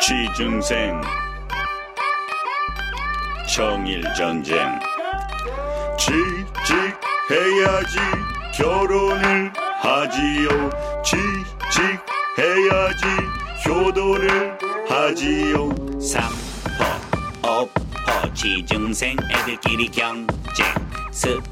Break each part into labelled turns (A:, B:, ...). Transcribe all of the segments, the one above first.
A: 취중생 정일전쟁 취직해야지 결혼을 하지요 취직해야지 효도를 하지요
B: 삼포 오포 취중생 애들끼리 경쟁 스펙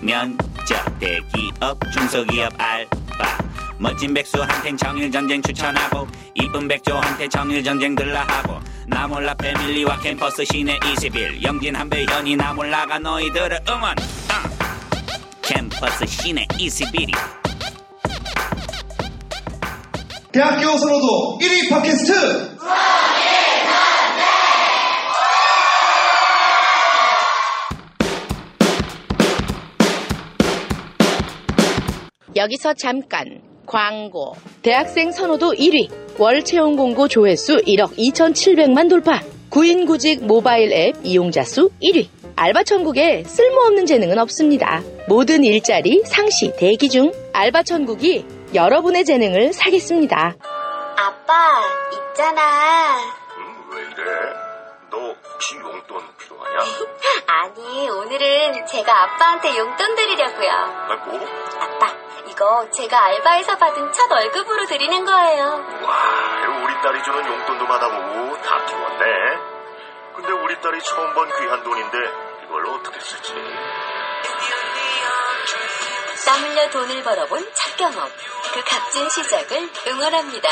B: 면접 대기업 중소기업 알바 멋진 백수한텐 정일전쟁 추천하고 이쁜 백조한테 정일전쟁 들라하고 나몰라 패밀리와 캠퍼스 시내 21 영진 한배 현이 나몰라가 너희들을 응원 땅. 캠퍼스 시내 21이
C: 대학교 선호도 1위 팟캐스트!
D: 여기서 잠깐 광고. 대학생 선호도 1위 월 채용 공고 조회수 1억 2,700만 돌파. 구인구직 모바일 앱 이용자 수 1위. 알바 천국에 쓸모없는 재능은 없습니다. 모든 일자리 상시 대기 중 알바 천국이 여러분의 재능을 사겠습니다.
E: 아빠, 있잖아.
F: 음, 왜 이래? 너 혹시 용돈 필요하냐?
E: 아니, 오늘은 제가 아빠한테 용돈 드리려고요.
F: 아, 뭐?
E: 아빠, 이거 제가 알바에서 받은 첫 월급으로 드리는 거예요.
F: 와, 우리 딸이 주는 용돈도 받아보고 다 키웠네. 근데 우리 딸이 처음 번 귀한 돈인데 이걸 어떻게 쓰지?
E: 땀 흘려 돈을 벌어본 첫 경험. 그 값진 시작을 응원합니다.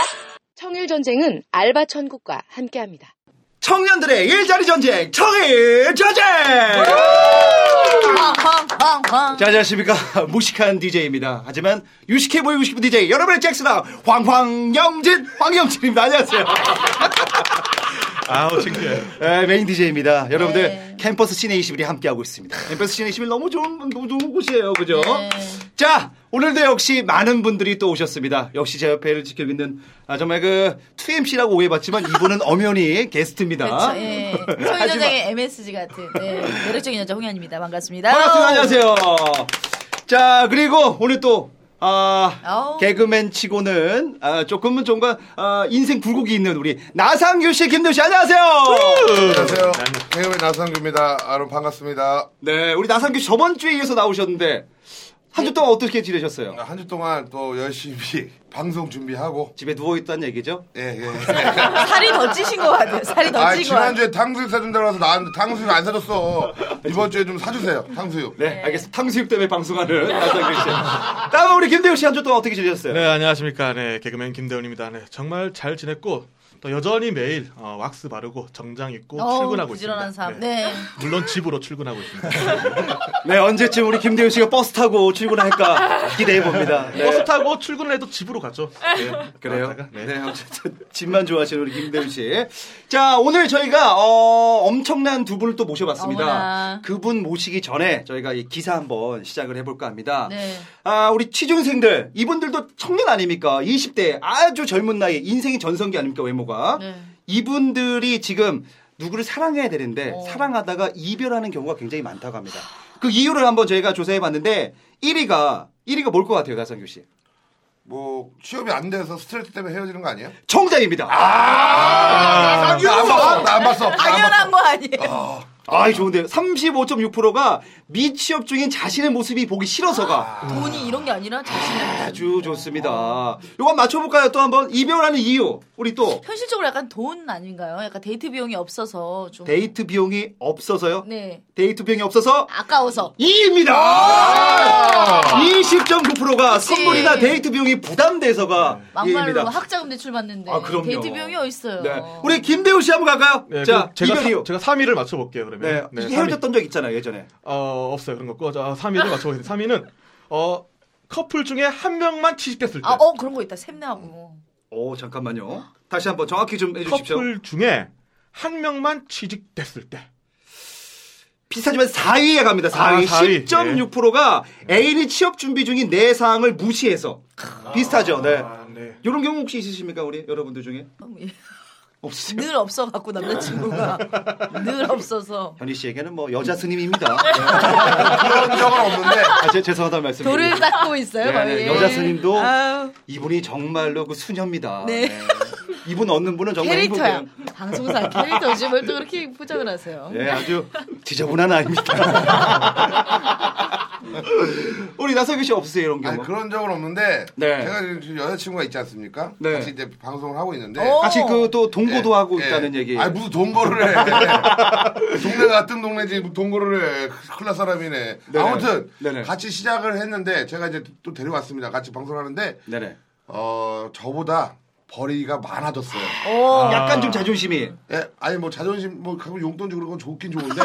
D: 청일 전쟁은 알바 천국과 함께합니다.
G: 청년들의 일자리 전쟁, 청일 전쟁! 자, 안녕하십니까. 무식한 DJ입니다. 하지만 유식해 보이고 싶은 DJ, 여러분의 잭스다. 황황영진, 황영진입니다. 안녕하세요.
H: 아우 창피해.
G: 네, 메인 DJ입니다. 여러분들, 캠퍼스 시내 21이 함께하고 있습니다. 캠퍼스 시내 21 너무 좋은, 너무 좋은 곳이에요. 그죠? 자, 오늘도 역시 많은 분들이 또 오셨습니다. 역시 제 옆에를 지키고 있는, 아, 정말 그, 2MC라고 오해받지만 이분은 엄연히 게스트입니다.
I: 그렇죠. 예. 소희
G: 아. 하지만-
I: 여자의 MSG 같은 예. 매력적인 여자 홍현입니다. 반갑습니다.
G: 반갑습니다. 안녕하세요. 자, 그리고 오늘 또, 아,
I: 아우.
G: 개그맨 치고는, 아, 조금은 좀가, 아, 인생 굴곡이 있는 우리, 나상규 씨, 김도씨 안녕하세요.
H: 안녕하세요.
J: 개그맨 나상규입니다. 여러분 반갑습니다.
G: 네, 우리 나상규 씨 저번 주에 이어서 나오셨는데, 한 주 동안 어떻게 지내셨어요?
J: 한 주 동안 또 열심히 방송 준비하고
G: 집에 누워있다는 얘기죠?
J: 예, 예.
I: 어, 살이 더 찌신 것 같아요. 살이 더
J: 아,
I: 찌신 것 같아요.
J: 지난주에 탕수육 사준다고 해서 나왔는데 탕수육 안 사줬어. 이번 주에 좀 사주세요. 탕수육.
G: 네, 알겠습니다. 탕수육 때문에 방송하는 나상규 씨. 다음은 우리 김대우 씨 한 주 동안 어떻게 지내셨어요?
H: 네 안녕하십니까. 네 개그맨 김대훈입니다. 네 정말 잘 지냈고 또 여전히 매일 어, 왁스 바르고 정장 입고 출근하고
I: 부지런한
H: 있습니다.
I: 사람.
H: 네.
G: 아,
I: 네.
H: 물론 집으로 출근하고 있습니다.
G: 네, 언제쯤 우리 김대우 씨가 버스 타고 출근할까 기대해봅니다. 네.
H: 버스 타고 출근을 해도 집으로 가죠. 네.
G: 그래요?
H: 나왔다가,
G: 네.
H: 네.
G: 어쨌든 집만 좋아하시는 우리 김대훈 씨. 자, 오늘 저희가 어, 엄청난 두 분을 또 모셔봤습니다.
I: 어머나.
G: 그분 모시기 전에 저희가 이 기사 한번 시작을 해볼까 합니다.
I: 네.
G: 아, 우리 취준생들 이분들도 청년 아닙니까? 20대 아주 젊은 나이 인생의 전성기 아닙니까 외모가?
I: 네.
G: 이분들이 지금 누구를 사랑해야 되는데 사랑하다가 이별하는 경우가 굉장히 많다고 합니다. 그 이유를 한번 저희가 조사해봤는데 1위가 1위가 뭘 것 같아요, 나성규 씨?
J: 뭐 취업이 안 돼서 스트레스 때문에 헤어지는 거 아니에요?
G: 정답입니다.
J: 아, 나안 봤어. 나안 봤어. 나안 봤어.
I: 당연한 거 아니에요.
G: 아이 좋은데요. 35.6%가 미취업 중인 자신의 모습이 보기 싫어서가
I: 돈이 이런 게 아니라 자신의 모습.
G: 아주 좋습니다. 요거 한번 맞춰볼까요? 또 한번 이별하는 이유 우리 또
I: 현실적으로 약간 돈 아닌가요? 약간 데이트 비용이 없어서 좀.
G: 데이트 비용이 없어서요.
I: 네.
G: 데이트 비용이 없어서
I: 아까워서.
G: 2위입니다.
H: 아!
G: 20.9%가 선물이나 데이트 비용이 부담돼서가
I: 네.
H: 네.
I: 막말로
G: 2위입니다.
I: 학자금 대출 받는데
G: 아, 그럼요.
I: 데이트 비용이 어딨어요?
G: 네, 우리 김대우 씨 한번 갈까요?
H: 네,
G: 자,
H: 그럼 제가
G: 이별
H: 사-
G: 이유.
H: 제가 3위를 맞춰볼게요.
G: 네,
H: 그러면. 삼위.
G: 헤어졌던 적 있잖아요 예전에.
H: 어 없어요 그런 거고 자 3위를 맞춰보겠습니다. 3위는 어 커플 중에 한 명만 취직됐을 때.
I: 아, 어, 그런 거 있다. 샘내하고.
G: 오 잠깐만요. 다시 한번 정확히 좀 해주십시오.
H: 커플 중에 한 명만 취직됐을 때.
G: 비슷하지만 4위에 갑니다. 4위. 네.
H: 아, 4위.
G: 10.6%가 애인이 취업 준비 중인 내 사항을 무시해서 비슷하죠. 네.
H: 네.
G: 음. 이런 경우 혹시 있으십니까 우리 여러분들 중에? 없으세요?
I: 늘 없어갖고 남자친구가 늘 없어서
G: 현희 씨에게는 뭐 여자 스님입니다.
I: 네.
J: 그런 적은 없는데.
G: 아, 제, 죄송하다는 말씀.
I: 돌을 닦고 있어요
G: 네,
I: 거의.
G: 네. 여자 스님도
I: 아유,
G: 이분이 정말로 그 수녀입니다.
I: 네.
G: 네. 이분 얻는 분은 정말
I: 캐릭터야.
G: 행복해요.
I: 방송사 캐릭터지 뭘 또 그렇게 포장을 하세요.
G: 네, 아주 지저분한 아입니다. 우리 나성규 씨 없으세요 이런 경우?
J: 아니 그런 적은 없는데
G: 네.
J: 제가 지금 여자친구가 있지 않습니까?
G: 네.
J: 같이 이제 방송을 하고 있는데
I: 어,
G: 같이 그 또 동거도
J: 예,
G: 하고
J: 예.
G: 있다는 얘기.
J: 아니 무슨 동거를 해. 동네 같은 동네지 뭐 동거를 해. 큰일 날 사람이네.
G: 네네.
J: 아무튼
G: 네네.
J: 같이 시작을 했는데 제가 이제 또 데려왔습니다. 같이 방송을 하는데
G: 네네.
J: 어 저보다 벌이가 많아졌어요.
I: 오,
G: 약간 좀 자존심이.
J: 예, 아니 뭐 자존심 뭐 가끔 용돈 주고 그런 건 좋긴 좋은데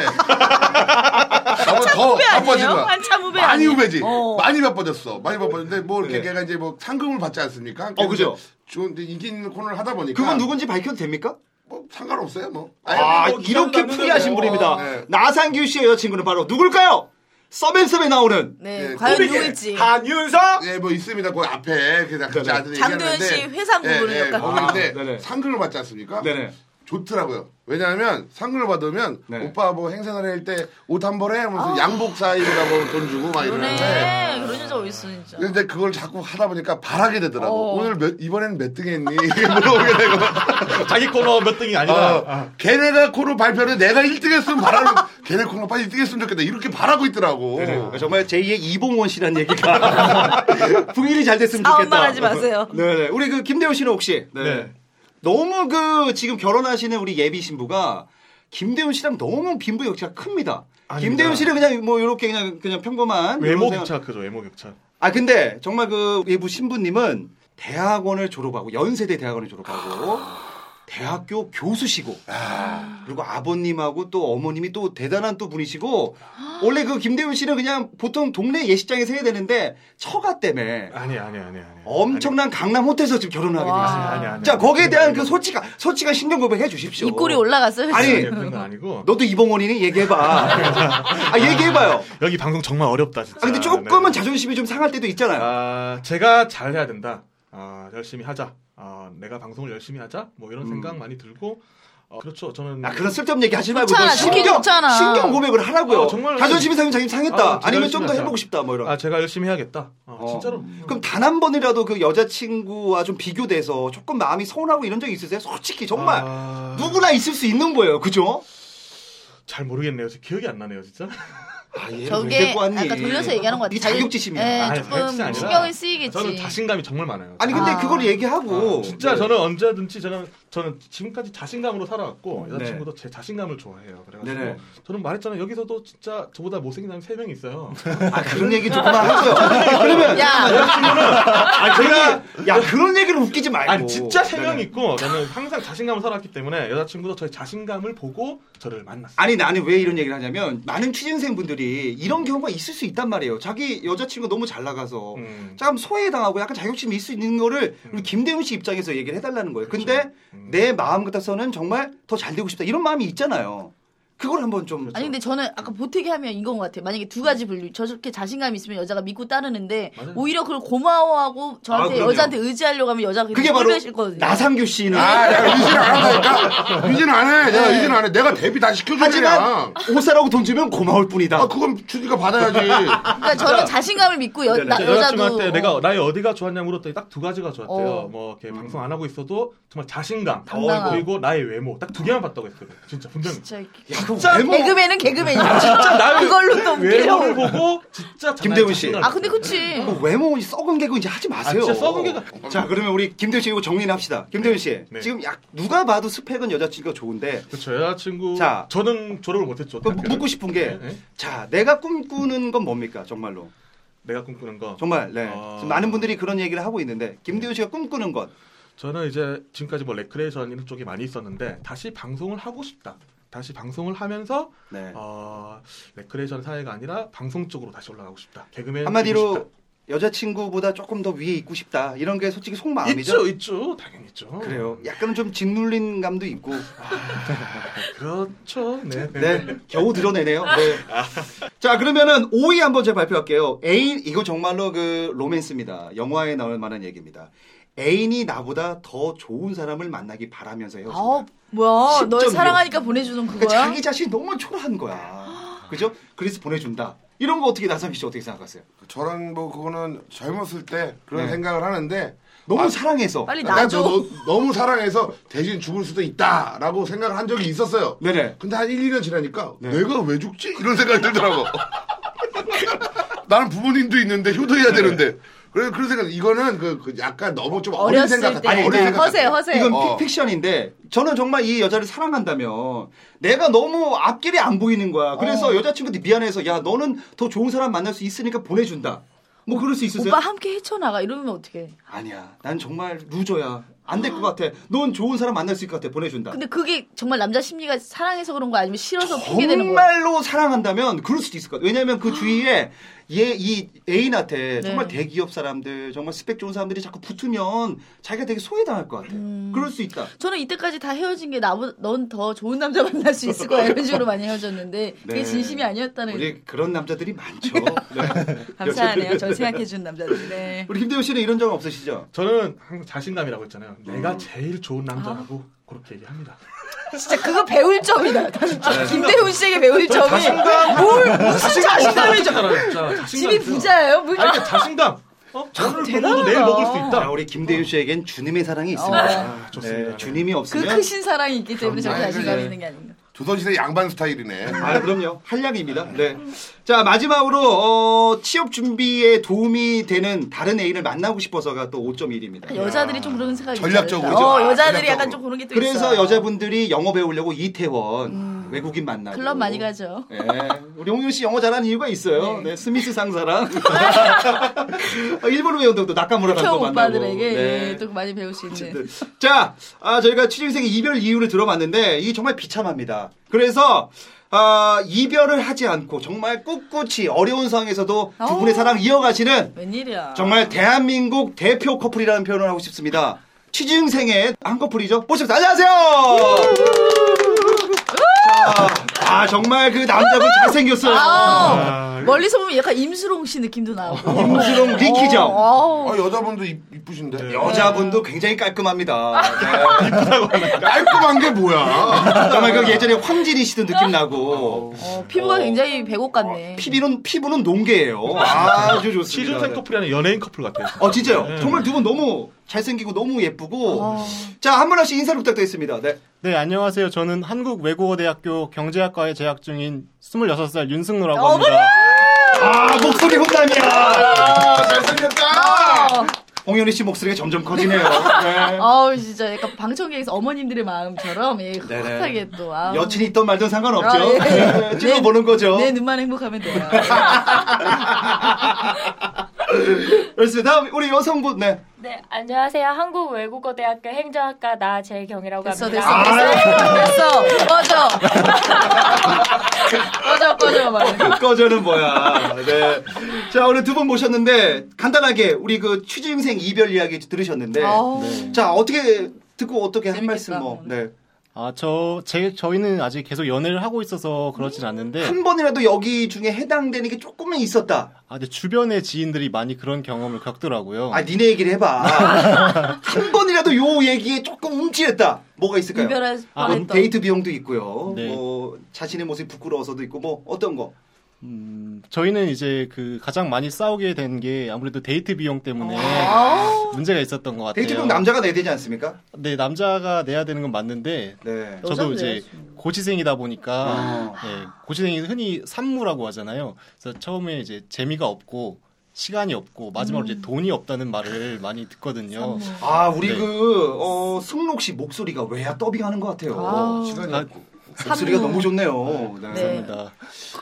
J: 나보다 더 바빠진
I: 아니에요?
J: 거야.
I: 한참 후배
J: 많이
I: 아니에요?
J: 후배지.
I: 어.
J: 많이 바빠졌어. 많이 바빠졌는데 뭐 이렇게
G: 네.
J: 걔가 이제 뭐 상금을 받지 않습니까?
G: 어, 그죠.
J: 좋은데 인기 있는 코너를 하다 보니까
G: 그건 누군지 밝혀도 됩니까?
J: 뭐 상관없어요 뭐. 아. 아니,
G: 아,
J: 뭐
G: 이렇게 풀이하신 분입니다.
J: 네.
G: 나상규 씨의 여자친구는 바로 누굴까요? 서맨섬에 나오는 네.
I: 네,
J: 예,
I: 과연
J: 꼬맹이.
I: 누굴지.
G: 한윤서.
J: 예, 뭐 있습니다. 그 앞에 그냥 같이
G: 네네.
J: 아들이
I: 장도연
J: 얘기하는데
I: 씨 회상 공부를
J: 예, 예,
I: 약간.
G: 아,
J: 거기인데
G: 네네.
J: 상금을 받지 않습니까?
G: 네네.
J: 좋더라고요. 왜냐하면 상금을 받으면
G: 네.
J: 오빠 뭐 행사를 할때 옷 한 벌에 하면서
I: 아.
J: 양복 사이즈가 뭐돈 주고 막 이러는데
I: 그러네. 그런 여자 어딨어 진짜.
J: 근데 그걸 자꾸 하다 보니까 바라게 되더라고.
I: 어.
J: 오늘 몇, 이번에는 몇 등 했니? 물어보게 되고.
H: 자기 코너 몇 등이
J: 어,
H: 아니라 아,
J: 걔네가 코너 발표를 내가 1등 했으면 바라는, 걔네 코너 빨리 1등 했으면 좋겠다. 이렇게 바라고 있더라고.
G: 네. 정말 제2의 이봉원 씨라는 얘기가 부일이 잘 됐으면
I: 아,
G: 좋겠다.
I: 엄마라지 마세요.
G: 네, 우리 그 김대호 씨는 혹시 네.
H: 네.
G: 너무 그 지금 결혼하시는 우리 예비 신부가 김대훈 씨랑 너무 빈부 격차가 큽니다.
H: 아닙니다.
G: 김대훈 씨는 그냥 뭐 이렇게 그냥 그냥 평범한
H: 외모
G: 이런 생각-
H: 격차 그죠 외모 격차.
G: 아 근데 정말 그 예부 신부님은 대학원을 졸업하고 연세대 대학원을 졸업하고 대학교 교수시고
H: 아.
G: 그리고 아버님하고 또 어머님이 또 대단한 또 분이시고 원래 그 김대훈 씨는 그냥 보통 동네 예식장에서 해야 되는데 처가 때문에
H: 아니 아니 아니 아니.
G: 엄청난 강남 호텔에서 지금 결혼하게
I: 와.
G: 됐어요.
H: 아니 아니.
G: 자 거기에 대한 그 솔직한 솔직한 심정 고백해 주십시오.
I: 입꼬리 올라갔어요.
G: 그렇죠. 아니,
I: 지금?
H: 아니 예, 그런 건 아니고
G: 너도 이봉원이니 얘기해봐. 아 얘기해봐요.
H: 여기 방송 정말 어렵다 진짜.
G: 아 근데
H: 네.
G: 조금은 자존심이 좀 상할 때도 있잖아요.
H: 아, 제가 잘해야 된다. 아, 열심히 하자. 아, 내가 방송을 열심히 하자. 뭐 이런 생각 많이 들고. 어, 그렇죠. 저는
G: 음. 아 그런 쓸데없는 얘기 하지 말고
I: 좋잖아,
G: 그거
I: 듣기
G: 신경
I: 좋잖아.
G: 신경 고백을 하라고요.
H: 아, 정말.
G: 자존심이 상해 자기 상했다.
H: 아,
G: 아, 니면 좀 더
H: 자존심이
G: 해보고 싶다 뭐 이런.
H: 아, 제가 열심히 해야겠다. 아,
G: 어.
H: 진짜로.
G: 그럼 단 한 번이라도 그 여자친구와 좀 비교돼서 조금 마음이 서운하고 이런 적 있으세요? 솔직히 정말
H: 아,
G: 누구나 있을 수 있는 거예요, 그죠?
H: 잘 모르겠네요. 지금 기억이 안 나네요, 진짜. 그
G: 아, 얘를 왜
I: 저게
G: 데리고 왔니?
I: 아까 돌려서 얘기하는 것 같아요.
G: 이게 자격지심이야.
I: 예,
H: 아니, 자격지심이
I: 조금
H: 아니라
I: 신경을 쓰이겠지.
H: 저는 자신감이 정말 많아요.
G: 아니 근데
I: 아.
G: 그걸 얘기하고
H: 진짜
G: 네.
H: 저는 언제든지 저는 저는 지금까지 자신감으로 살아왔고 여자친구도 제 자신감을 좋아해요. 그래가지고
G: 네. 네네.
H: 저는 말했잖아요. 여기서도 진짜 저보다 못생긴 사람이 세 명 있어요.
G: 아 그런 얘기 조금만 하세요. 그러면
I: 야,
G: 아 제가 야 그런 얘기를 웃기지 말고
H: 아니 진짜 세 명 있고 저는 항상 자신감을 살았기 때문에 여자친구도 저의 자신감을 보고 저를 만났어요.
G: 아니 나는 왜 이런 얘기를 하냐면 많은 취준생 분들이 이런 경우가 있을 수 있단 말이에요. 자기 여자친구 너무 잘 나가서
H: 음.
G: 참 소외당하고 약간 자격심이 있을 수 있는 거를 우리 김대훈 씨 입장에서 얘기를 해달라는 거예요. 근데
H: 음.
G: 내 마음 같아서는 정말 더 잘 되고 싶다 이런 마음이 있잖아요. 그걸 한번 좀
I: 아니 근데 저는 아까 보태기 하면 이건 것 같아요. 만약에 두 가지 분류, 저렇게 자신감 있으면 여자가 믿고 따르는데
H: 맞아요.
I: 오히려 그걸 고마워하고
G: 아,
I: 저한테
G: 그럼요.
I: 여자한테 의지하려고 하면 여자가
G: 그게
I: 굉장히
G: 바로
I: 꼴뵈실 거거든요.
G: 나상규 씨는
J: 아, 내가 유진 안 한다니까? 유진 안 해. 내가
H: 네.
J: 유진 안 해. 내가 데뷔 다 시켜줘,
G: 하지만
J: 그냥.
G: 옷 사라고 돈 주면 고마울 뿐이다.
J: 아, 그건 주니까 받아야지.
I: 그러니까 저는 자신감을 믿고 여,
G: 네네.
I: 나,
H: 제 여자친구한테
I: 여자도
H: 내가
I: 어,
H: 나의 어디가 좋았냐고 물었더니 딱 두 가지가 좋았대요.
I: 어.
H: 뭐 이렇게 방송 안 하고 있어도 정말 자신감
I: 당당함.
H: 어, 그리고 나의 외모 딱 두 개만 봤다고 했어요. 진짜 분명히. 아,
I: 진짜 이렇게-
G: 진짜 외모-
I: 개그맨은 개그맨이야. 진짜
H: 나의
I: 그걸로 또
H: 외모를 어.
I: 웃기려고.
H: 보고 진짜 자-
G: 김대훈 씨.
H: 자신감을
I: 아 근데 그치.
G: 그 외모 썩은 개그 이제 하지 마세요.
H: 아, 진짜 썩은 개그.
G: 자, 그러면 우리 김대훈 씨 이거 정리는 합시다. 김대훈 씨.
H: 네.
G: 지금 약 누가 봐도 스펙은 여자친구가 좋은데
H: 그렇죠 여자친구
G: 자.
H: 저는 졸업을 못했죠
G: 그
H: 대학교를.
G: 묻고 싶은 게
H: 네, 네.
G: 자, 내가 꿈꾸는 건 뭡니까? 정말로.
H: 내가 꿈꾸는 거
G: 정말 네.
H: 아.
G: 지금 많은 분들이 그런 얘기를 하고 있는데 김대훈 씨가 꿈꾸는 것.
H: 저는 이제 지금까지 뭐 레크레이션 이런 쪽이 많이 있었는데 다시 방송을 하고 싶다 다시 방송을 하면서
G: 네.
H: 어, 레크레이션 사회가 아니라 방송 쪽으로 다시 올라가고 싶다 개그맨
G: 한마디로 여자친구보다 조금 더 위에 있고 싶다 이런 게 솔직히
H: 있죠,
G: 속마음이죠.
H: 있죠. 당연히 있죠.
G: 그래요. 약간은 좀 짓눌린 감도 있고.
H: 그렇죠. 네.
G: 네. 겨우 드러내네요. 네. 자, 그러면은 5위 한번 제가 발표할게요. 애인, 이거 정말로 그 로맨스입니다. 영화에 나올 만한 얘기입니다. 애인이 나보다 더 좋은 사람을 만나기 바라면서 헤어진다.
I: 아 뭐야 널
G: 10.6.
I: 사랑하니까 보내주는
G: 그러니까
I: 그거야?
G: 자기 자신이 너무 초라한 거야. 그죠? 그래서 보내준다. 이런 거 어떻게 나선미 씨 어떻게 생각하세요?
J: 저랑 뭐 그거는 젊었을 때 그런
G: 네.
J: 생각을 하는데
G: 너무
H: 아,
G: 사랑해서.
I: 빨리
J: 난
I: 놔줘.
J: 저 아, 그러니까 너, 너무 사랑해서 대신 죽을 수도 있다라고 생각을 한 적이 있었어요.
G: 네네.
J: 근데 한 1, 2년 지나니까
H: 네.
J: 내가 왜 죽지? 이런 생각이 들더라고. 나는 부모님도 있는데 효도해야
H: 네.
J: 되는데. 그래서 그런 생각, 이거는 그, 그 약간 너무 좀 어린
I: 어렸을
J: 생각
I: 때 네.
J: 같아. 아니, 어린 생각
I: 허세
J: 같아.
I: 허세
G: 이건 픽-
J: 어.
G: 픽션인데 저는 정말 이 여자를 사랑한다면 내가 너무 앞길이 안 보이는 거야. 그래서 여자친구한테 미안해서 야 너는 더 좋은 사람 만날 수 있으니까 보내준다. 뭐 그럴 수 있으세요?
I: 오빠 함께 헤쳐나가 이러면 어떡해
G: 아니야. 난 정말 루저야. 안 될 것 같아. 넌 좋은 사람 만날 수 있을 것 같아. 보내준다.
I: 근데 그게 정말 남자 심리가 사랑해서 그런 거 아니면 싫어서 포기되는 거야?
G: 정말로 사랑한다면 그럴 수도 있을 것 같아. 왜냐면 그 주위에 얘 이 애인한테 정말
I: 네.
G: 대기업 사람들, 정말 스펙 좋은 사람들이 자꾸 붙으면 자기가 되게 소외당할 것 같아.
I: 음.
G: 그럴 수 있다.
I: 저는 이때까지 다 헤어진 게 나보 넌 더 좋은 남자 만날 수 있을 거야 이런 식으로 많이 헤어졌는데 그게
G: 네.
I: 진심이 아니었다는 네.
G: 우리 그런 남자들이 많죠.
I: 감사하네요. 절 생각해 준 남자들. 네.
G: 우리 김대호 씨는 이런 적 없으시죠?
H: 저는 항상 자신감이라고 했잖아요. 내가 제일 좋은 남자라고 그렇게 얘기합니다.
I: 진짜 그거 배울 점이다. 김대훈 씨에게 배울 점이
H: 자신감.
I: 뭘 무슨 자신감이죠?
H: 자신감이잖아요. 진짜.
I: 집이
H: 자신감.
I: 부자예요. 뭐
H: 아니, 그러니까 자신감. 어? 오늘 먹어도 내일 먹을 수
G: 자,
H: 있다.
G: 아, 우리 김대윤 씨에겐 주님의 사랑이
I: 어.
G: 있습니다.
H: 아, 좋습니다.
G: 어. 네, 주님이
I: 그
G: 없으면
I: 크신 사랑이 있기 때문에 저렇게
J: 아니,
I: 자신감
J: 네.
I: 있는 게 아닌가.
J: 조선시대 양반 스타일이네.
G: 아, 그럼요. 한량입니다. 네. 자, 마지막으로, 어, 취업 준비에 도움이 되는 다른 애인을 만나고 싶어서가 또 5.1입니다.
I: 여자들이 좀 그런 생각이
J: 전략적으로
I: 있어요. 어,
J: 그죠?
I: 여자들이 약간
J: 전략적으로.
I: 좀 그런 게 또 있어.
G: 그래서 여자분들이 영어 배우려고 이태원, 외국인 만나고.
I: 음. 클럽 많이 가죠.
G: 예. 우리 홍윤 씨 영어 잘하는 이유가 있어요. 네, 스미스 상사랑. 어, 일본 외운동도 나카무라
I: 형
G: 감독 만나고.
I: 오빠들에게
G: 네.
I: 예, 또 많이 배울 수 있는.
G: 자, 아, 저희가 취준생의 이별 이유를 들어봤는데 이 정말 비참합니다. 그래서 아, 이별을 하지 않고 정말 꿋꿋이 어려운 상황에서도 두 분의
I: 어.
G: 사랑 이어가시는
I: 웬일이야.
G: 정말 대한민국 대표 커플이라는 표현을 하고 싶습니다. 취준생의 한 커플이죠. 모십니다. 안녕하세요. 자, 아 정말 그 남자분 잘생겼어요.
I: 아, 멀리서 보면 약간 임수롱 씨 느낌도 나고.
G: 어. 임수롱 리키죠.
I: 어, 어.
J: 아, 여자분도 이- 이쁘신데.
H: 네.
G: 여자분도 굉장히 깔끔합니다. 네.
J: 깔끔한 게 뭐야.
G: 정말 그 예전에 황진이 씨도 느낌 나고.
I: 어, 피부가 굉장히 배곡 같네.
G: 어, 피부는 피부는 농개예요. 아주 좋습니다.
H: 시준생 커플이 아니 연예인 커플 같아요. 네.
G: 어 진짜요. 정말 두 분 너무 잘생기고 너무 예쁘고. 자 한문아 씨 인사를 부탁드리겠습니다. 네.
K: 어. 네, 안녕하세요. 저는 한국외국어대학교 경제학과에 재학 중인 26살 윤승로라고
I: 어머나!
K: 합니다.
G: 아 목소리 혼남이야.
J: 아, 잘생겼다.
G: 홍현희 씨 목소리가 점점 커지네요. 네.
I: 어,
K: 어.
I: 아우 진짜 약간 방청객에서 어머님들의 마음처럼 예, 흐뭇하게 또 아.
G: 네. 여친이 있던 말든 상관없죠.
I: 아, 예.
G: 네, 찍어보는 거죠.
I: 내 눈만 행복하면 돼요.
G: 그렇습니다. 다음 우리 여성분 네.
L: 네, 안녕하세요. 한국외국어대학교 행정학과 나재경이라고
I: 됐어 됐어
L: 합니다.
I: 됐어 됐어 꺼져 꺼져 꺼져 말.
G: 그 꺼져는 뭐야. 네. 자 오늘 두 분 모셨는데 간단하게 우리 그 취준생 이별 이야기 들으셨는데 네.
I: 아우.
G: 자 어떻게 듣고 어떻게 한
I: 어. 재밌겠다,
G: 말씀 뭐 네.
K: 아, 저, 제, 저희는 아직 계속 연애를 하고 있어서 그렇진 않는데,
G: 네. 한 번이라도 여기 중에 해당되는 게 조금은 있었다.
K: 아, 근데 주변의 지인들이 많이 그런 경험을 겪더라고요.
G: 아, 니네 얘기를 해봐. 한 번이라도 요 얘기에 조금 움찔했다. 뭐가 있을까요?
I: 이별할
K: 아,
G: 뭐
I: 뻔했던
G: 데이트 비용도 있고요.
K: 네.
G: 뭐 자신의 모습이 부끄러워서도 있고 뭐 어떤 거.
K: 음, 저희는 이제 그 가장 많이 싸우게 된 게 아무래도 데이트 비용 때문에
I: 아.
K: 문제가 있었던 것 같아요.
G: 데이트 비용 남자가 내야 되지 않습니까?
K: 네, 남자가 내야 되는 건 맞는데,
G: 네. 어.
K: 저도
I: 여자도
K: 이제 고시생이다 보니까 예, 고시생이 흔히 산무라고 하잖아요. 그래서 처음에 이제 재미가 없고 시간이 없고 마지막으로 이제 돈이 없다는 말을 많이 듣거든요.
G: 아, 우리
K: 네.
G: 그 어, 승록 씨 목소리가 왜야 더빙하는 것 같아요.
I: 아.
J: 시간이
K: 아,
J: 없고.
G: 목소리가
I: 삼무.
G: 너무 좋네요. 네.
I: 네.
K: 감사합니다.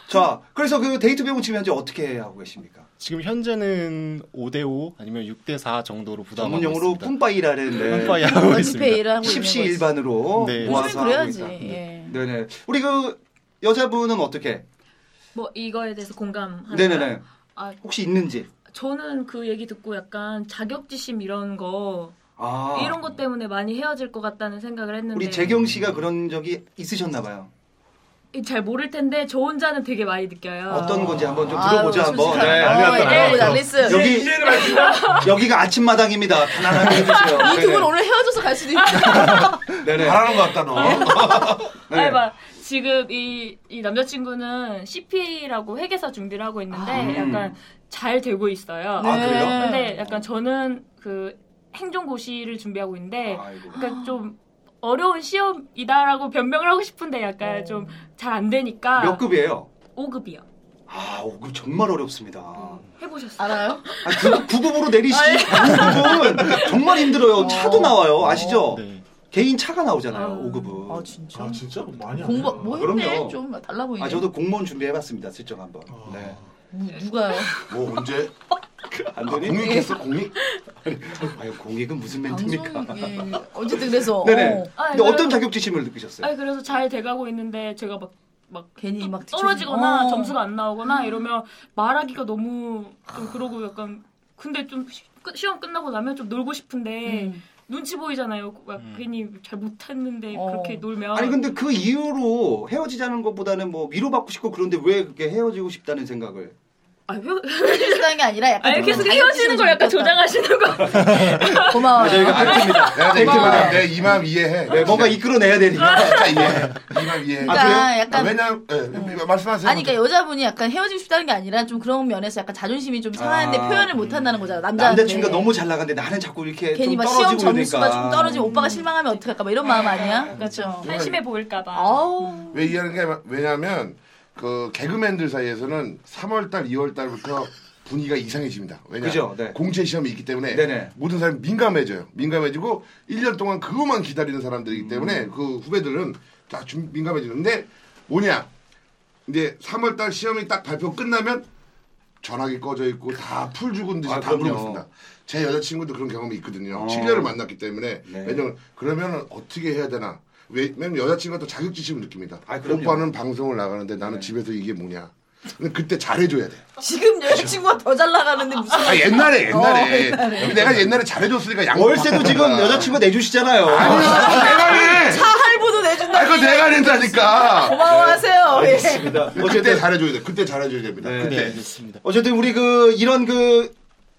G: 자, 그래서 그 데이트 비용 지금 현재 어떻게 하고 계십니까?
K: 지금 현재는 5대5 아니면 6대4 정도로 부담하고
G: 전문용어로
K: 있습니다.
G: 뿜빠이라는
K: 뿜빠이
H: 아,
K: 하고
I: 집회
K: 있습니다.
I: 일하고 있는
G: 10시
I: 거지.
G: 일반으로
K: 네.
G: 모아서
I: 요즘엔
G: 하고
I: 그래야지
G: 있다.
I: 예.
G: 네네. 우리 그 여자분은 어떻게?
L: 뭐 이거에 대해서 공감하나요?
G: 네네네.
L: 아,
G: 혹시 있는지.
M: 저는 그 얘기 듣고 약간 자격지심 이런 거
G: 아.
M: 이런 것 때문에 많이 헤어질 것 같다는 생각을 했는데
G: 우리 재경 씨가 그런 적이 있으셨나 봐요.
M: 잘 모를 텐데 저 혼자는 되게 많이 느껴요.
G: 어떤 건지 한번 좀 들어보자
M: 네. 아유,
G: 한번.
M: 솔직하다.
G: 네,
I: 네,
M: 어, 예, 알겠어요. 예,
G: 여기
M: 이해를 하시죠.
G: 여기가 아침 마당입니다. 편안하게 해주세요. 네,
I: 이 두 분 아, 오늘 헤어져서 갈 수도 있어.
G: 네네. 잘하는 것 같다 너.
M: 아니 막 지금 이, 이 남자친구는 CPA라고 회계사 준비를 하고 있는데
G: 아, 음.
M: 약간 잘 되고 있어요.
G: 아,
I: 네.
G: 그래요?
M: 네, 근데 약간 저는 그 행정고시를 준비하고 있는데
I: 아.
M: 그러니까 좀 어려운 시험이다라고 변명을 하고 싶은데 약간
I: 네.
M: 좀 잘 안 되니까
G: 몇 급이에요?
M: 5급이요.
G: 아, 오, 그 정말 어렵습니다.
M: 해보셨어요? 알아요?
G: 아, 구- 구급으로 내리시지. 구급은 정말 힘들어요. 차도 나와요. 아시죠? 개인 차가 나오잖아요. 5급은. 아,
I: 진짜?
G: 아, 진짜? 많이
I: 공부 뭐 했네?
G: 그럼요.
I: 좀 달라 보이네.
G: 아, 저도 공무원 준비해봤습니다. 슬쩍 한번. 네.
I: 누- 누가요?
G: 뭐 언제? 안 되니?
I: 공익했어,
G: 공익? 아유 공익은 무슨 멘트입니까?
I: 예, 어쨌든 그래서
G: 네네.
M: 어. 아,
G: 근데
M: 그래요?
G: 어떤 자격지심을 느끼셨어요?
M: 아니 그래서 잘 돼가고 있는데 제가 막 막
I: 어, 괜히 막
M: 떨어지거나
I: 뒤쳐지고.
M: 점수가 안
K: 음.
M: 나오거나 이러면 말하기가 너무 좀 그러고 약간 근데 좀 시- 끝- 시험 끝나고 나면 좀 놀고 싶은데
K: 음.
M: 눈치 보이잖아요. 막 괜히 잘 못했는데
I: 어.
M: 그렇게
I: 뭐
M: 놀면
G: 아니 근데 그 이유로 헤어지자는 것보다는 뭐 위로받고 싶고 그런데 왜 그렇게 헤어지고 싶다는 생각을?
M: 아,
I: 헤어지는 게 아니라 약간
M: 아니,
I: 좀
M: 계속
I: 자격지심이
M: 헤어지는 걸 약간 조장하시는 거
I: 고마워요.
G: 아, 저희가 팩트입니다.
J: 내가 내 이마음, 내 이마음 이해해.
G: 네, 뭔가 이끌어내야 되니까.
J: 진짜 이해해.
M: 아,
J: 이마음 이해해.
I: 그러니까
J: 아, 그래요?
I: 약간-
J: 아, 왜냐면, 예, 말씀하세요.
I: 아니 그러니까 여자분이 약간 헤어지고 싶다는 게 아니라 좀 그런 면에서 약간 자존심이 좀 상하는데
G: 아.
I: 표현을 못 한다는 거잖아. 남자한테.
G: 남자친구가 너무 잘 나가는데 나는 자꾸 이렇게
I: 괜히
G: 좀
I: 막 시험
G: 떨어지고 그러니까.
I: 점수가 좀
G: 이러니까.
I: 떨어지면 오빠가 실망하면 어떡할까 막 이런 마음 아니야? 그렇죠.
M: 한심해
G: 네.
M: 보일까봐.
I: 아우.
J: 왜 이해하는 게, 왜냐면, 그, 개그맨들 사이에서는 3월달, 2월달부터 분위기가 이상해집니다. 왜냐
G: 그죠, 네.
J: 공채 시험이 있기 때문에 모든 사람이 민감해져요. 민감해지고 1년 동안 그것만 기다리는 사람들이기
G: 음.
J: 때문에 그 후배들은 다 준- 민감해지는데 뭐냐 이제 3월달 시험이 딱 발표 끝나면 전화기 꺼져 있고 다 풀 죽은 듯이
G: 아,
J: 다
G: 그럼요.
J: 물어보습니다 제 여자친구도 그런 경험이 있거든요.
G: 어.
J: 7년을 만났기 때문에
G: 네.
J: 왜냐면 그러면 어떻게 해야 되나? 왜냐면 여자친구가 또 자격지심을 느낍니다.
G: 그럼요.
J: 오빠는 방송을 나가는데 나는 집에서 이게 뭐냐? 근데 그때 잘해줘야 돼.
I: 지금 여자친구가 더 잘 나가는데 무슨
J: 아 옛날에 옛날에,
I: 어, 옛날에.
J: 여기 내가 옛날에 잘해줬으니까 양보
G: 월세도 지금 여자친구가 내주시잖아요.
J: 아니야
I: 차 할부도 내준다.
J: 아, 그거 내가 낸다니까.
I: 고마워하세요. 예.
G: 알겠습니다.
J: 그때 잘해줘야 돼. 그때 잘해줘야 됩니다.
G: 네,
J: 그때.
G: 어쨌든 우리 그 이런 그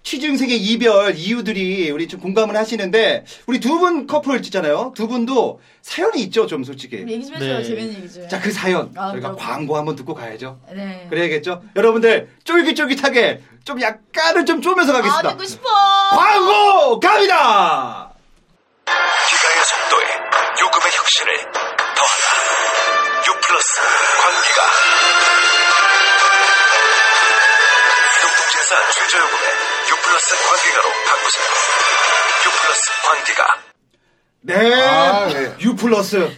G: 취중생의 이별 이유들이 우리 좀 공감을 하시는데 우리 두 분 커플 있잖아요. 두 분도 사연이 있죠, 좀 솔직히.
I: 얘기 좀 해줘요. 재밌는 얘기 좀. 해요.
G: 자, 그 사연
I: 아,
G: 저희가
I: 그럼.
G: 광고 한번 듣고 가야죠.
I: 네.
G: 그래야겠죠? 여러분들 쫄깃쫄깃하게 좀 약간을 좀 쪼면서
I: 아
G: 가겠습니다.
I: 듣고 싶어.
G: 광고 갑니다.
N: 기가의 속도에 요금의 혁신을 더하다. 유 플러스 관기가 이동통신사 최저 요금의 유 플러스 관기가로 바꾸세요. 유 플러스 관기가
G: 네.
N: 아,
G: 유플러스.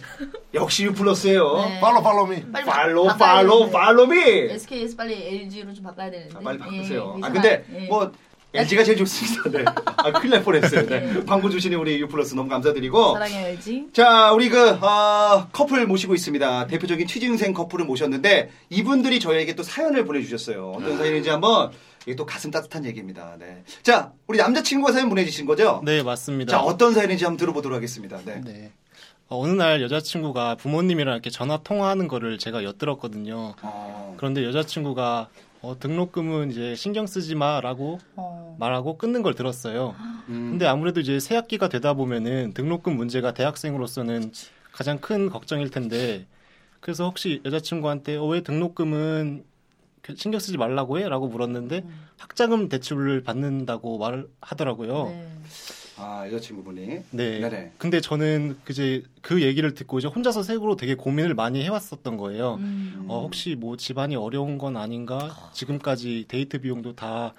G: 역시 유플러스예요.
I: 네. 아,
J: 팔로 팔로미.
I: 빨리
G: 팔로
I: 바꿔야
G: 팔로
I: 되는데.
G: 팔로미.
I: SK에서 빨리 LG로 좀 바꿔야 되는데.
G: 아, 빨리 바꾸세요.
I: 예,
G: 아
I: 이상한-
G: 근데
I: 예.
G: 뭐 LG가 제일 좋습니다. 네. 아 큰일 날 뻔했어요. 네. 광고 주시는 우리 유플러스 너무 감사드리고
I: 사랑해 LG.
G: 자 우리 그 어, 커플 모시고 있습니다. 대표적인 취준생 커플을 모셨는데 이분들이 저희에게 또 사연을 보내주셨어요. 어떤
K: 네.
G: 사연인지 한번 이게 또 가슴 따뜻한 얘기입니다. 네. 자 우리 남자친구가 사연 보내주신 거죠?
K: 네 맞습니다.
G: 자 어떤 사연인지 한번 들어보도록 하겠습니다. 네.
K: 어, 어느 날 여자친구가 부모님이랑 이렇게 전화 통화하는 거를 제가 엿들었거든요.
G: 어,
K: 그런데 여자친구가 어, 등록금은 이제 신경 쓰지 마라고
I: 어.
K: 말하고 끊는 걸 들었어요. 근데 아무래도 이제 새 학기가 되다 보면은 등록금 문제가 대학생으로서는 가장 큰 걱정일 텐데 그래서 혹시 여자친구한테 어, 왜 등록금은 그- 신경 쓰지 말라고 해? 라고 물었는데
M: 음.
K: 학자금 대출을 받는다고 말을 하더라고요.
I: 네.
G: 아 여자친구분이.
K: 네.
G: 네네.
K: 근데 저는 이제 그 얘기를 듣고 이제 혼자서 색으로 되게 고민을 많이 해왔었던 거예요.
I: 음.
K: 어, 혹시 뭐 집안이 어려운 건 아닌가? 지금까지 데이트 비용도 다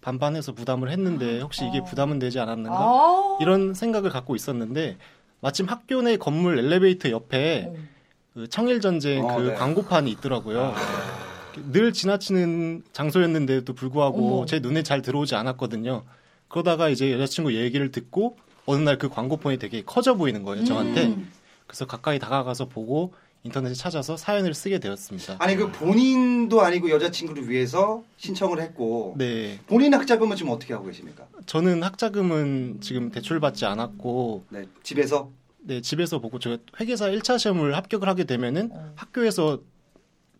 K: 반반해서 부담을 했는데 혹시
M: 어.
K: 이게 부담은 되지
G: 어.
K: 않았는가?
I: 아.
K: 이런 생각을 갖고 있었는데 마침 학교 내 건물 엘리베이터 옆에 그 청일 전쟁
G: 어,
K: 그
G: 네.
K: 광고판이 있더라고요. 늘 지나치는 장소였는데도 불구하고
G: 어머.
K: 제 눈에 잘 들어오지 않았거든요. 그러다가 이제 여자친구 얘기를
G: 음.
K: 듣고 어느 날 그 광고폰이 되게 커져 보이는 거예요, 저한테. 그래서 가까이 다가가서 보고 인터넷에 찾아서 사연을 쓰게 되었습니다.
G: 아니 그 본인도 아니고 여자친구를 위해서 신청을 했고
K: 네.
G: 본인 학자금은 뭐 지금 어떻게 하고 계십니까?
K: 저는 학자금은 지금 대출받지 않았고
G: 집에서
K: 네 집에서 보고 제가 회계사 1차 시험을 합격을 하게 되면은
G: 어.
K: 학교에서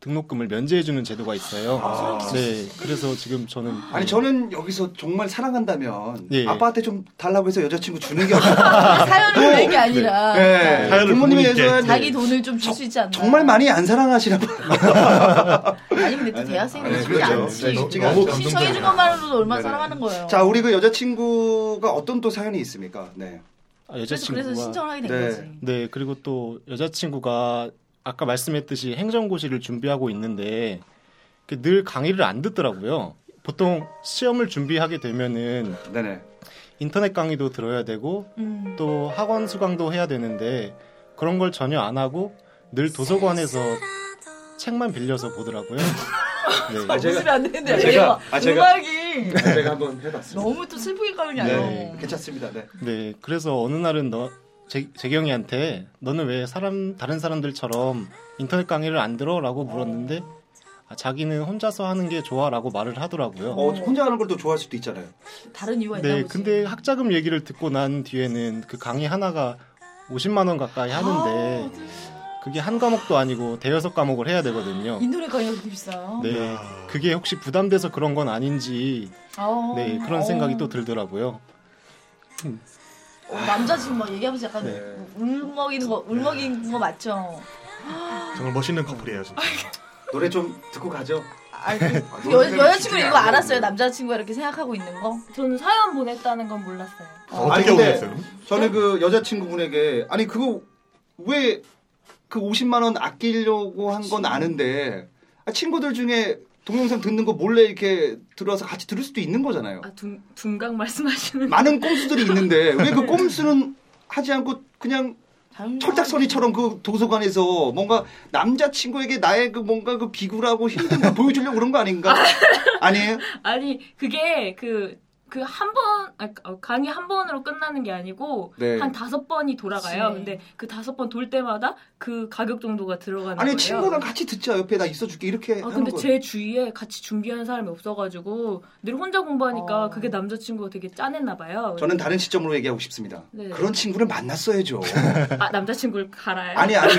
K: 등록금을 면제해주는 제도가 있어요.
G: 아.
K: 네, 그래서 지금 저는 네.
I: 음.
G: 아니 저는 여기서 정말 사랑한다면
K: 예.
G: 아빠한테 좀 달라고 해서 여자친구 주는 게 아니라
I: 사연을 낼게 아니라.
G: 네.
I: 사연을
G: 부모님에
I: 부모님께.
G: 의해서는
I: 자기 돈을 좀 줄 수 있지 않나.
G: 정말 많이 안 사랑하시나 봐요.
I: 아니 근데 또 대학생이
G: 아니,
I: 쉽지
G: 그렇죠. 네,
I: 않지.
G: 쉽지가 않죠. 네,
I: 신청해준 것만으로도 얼마나 사랑하는 거예요.
G: 자, 우리 그 여자친구가 어떤 또 사연이 있습니까? 네.
K: 아, 여자친구가
I: 그래서 신청을 하게 된 거지.
K: 네, 그리고 또 여자친구가 아까 말씀했듯이 행정고시를 준비하고 있는데 그늘 강의를 안 듣더라고요. 보통 시험을 준비하게 되면은 인터넷 강의도 들어야 되고
I: 음.
K: 또 학원 수강도 해야 되는데 그런 걸 전혀 안 하고 늘 도서관에서 책만 빌려서 보고요. 보더라고요.
I: 아, 제가- 웃으면 안 되는데, 제가- 아, 제가- 음악이.
G: 네.
I: 제가 한번 해봤습니다. 너무 또 슬프게 가는 게 아니에요.
K: 네.
G: 괜찮습니다. 네.
K: 네, 그래서 어느 날은 너 재, 재경이한테 너는 왜 사람 다른 사람들처럼 인터넷 강의를 안 들어라고 물었는데 아, 자기는 혼자서 하는 게 좋아라고 말을 하더라고요.
G: 어, 혼자 하는 걸 또 좋아할 수도 있잖아요.
I: 다른 이유가 있나
K: 네,
I: 보지.
K: 근데 학자금 얘기를 듣고 난 뒤에는 그 강의 하나가 50만 원 가까이 하는데 그게 한 과목도 아니고 대여섯 과목을 해야 되거든요.
I: 인터넷 강의가 그렇게 비싸요?
K: 네, 그게 혹시 부담돼서 그런 건 아닌지
I: 아우.
K: 네 그런
I: 아우.
K: 생각이 또 들더라고요. 음.
I: 어, 남자 지금 막 얘기하면서 약간
K: 네.
I: 울먹이는 거 울먹이는 거 맞죠?
H: 정말 멋있는 커플이에요 진짜.
G: 노래 좀 듣고 가죠. 아,
I: 그 여, 여자친구 이거 알았어요? 남자친구가 이렇게 생각하고 있는 거?
M: 저는 사연 보냈다는 건 몰랐어요.
G: 아니, 근데 저는 그 여자친구분에게 아니 그거 왜 그 50만 원 아끼려고 한 건 아는데 아, 친구들 중에 동영상 듣는 거 몰래 이렇게 들어와서 같이 들을 수도 있는 거잖아요.
M: 아, 둔, 둔각 말씀하시는.
G: 많은 꼼수들이 있는데 왜 그 꼼수는 하지 않고 그냥 철딱서니처럼 그 도서관에서 뭔가 남자친구에게 나의 그 뭔가 그 비굴하고 힘든 걸 보여주려고 그런 거 아닌가? 아니에요?
M: 아니 그게 그. 그 한 번 강의 한 번으로 끝나는 게 아니고
G: 네.
M: 한 다섯 번이 돌아가요.
G: 그치.
M: 근데 그 다섯 번 돌 때마다 그 가격 정도가 들어가는
G: 아니
M: 거예요.
G: 친구랑 같이 듣자 옆에 나 있어줄게 이렇게
M: 아
G: 하는
M: 근데
G: 거.
M: 제 주위에 같이 준비하는 사람이 없어가지고 늘 혼자
I: 어.
M: 공부하니까 그게 남자친구가 되게 짠했나 봐요.
G: 저는 다른 시점으로 얘기하고 싶습니다.
M: 네.
G: 그런 친구를 만났어야죠.
M: 아 남자친구를 갈아요.
G: 아니 아니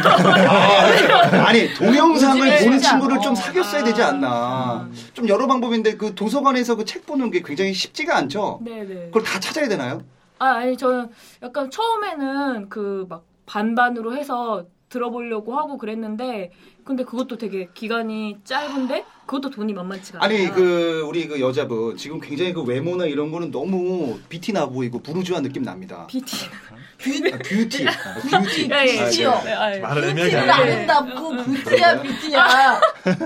G: 아, 아니 동영상을
M: 요즘에
G: 보는
M: 진짜-
G: 친구를 좀 사귀었어야
M: 아.
G: 되지 않나. 좀 여러 방법인데 그 도서관에서 그 책 보는 게 굉장히 쉽지가 않죠.
M: 네네.
G: 그걸 다 찾아야 되나요?
M: 아 아니 저는 약간 처음에는 그 막 반반으로 해서 들어보려고 하고 그랬는데 근데 그것도 되게 기간이 짧은데 그것도 돈이 만만치가 않아요.
G: 아니 그 우리 그 여자분 지금 굉장히 그 외모나 이런 거는 너무 비티 나 보이고 부르주한 느낌 납니다. 아,
M: 비티 아,
G: 뷰티 뷰티 뷰티
I: 예, 예.
G: 아,
I: 뷰티요.
G: 네.
I: 예, 예.
G: 말을 애매하게
I: 뷰티는
G: 하네.
I: 아름답고 뷰티야 뷰티야.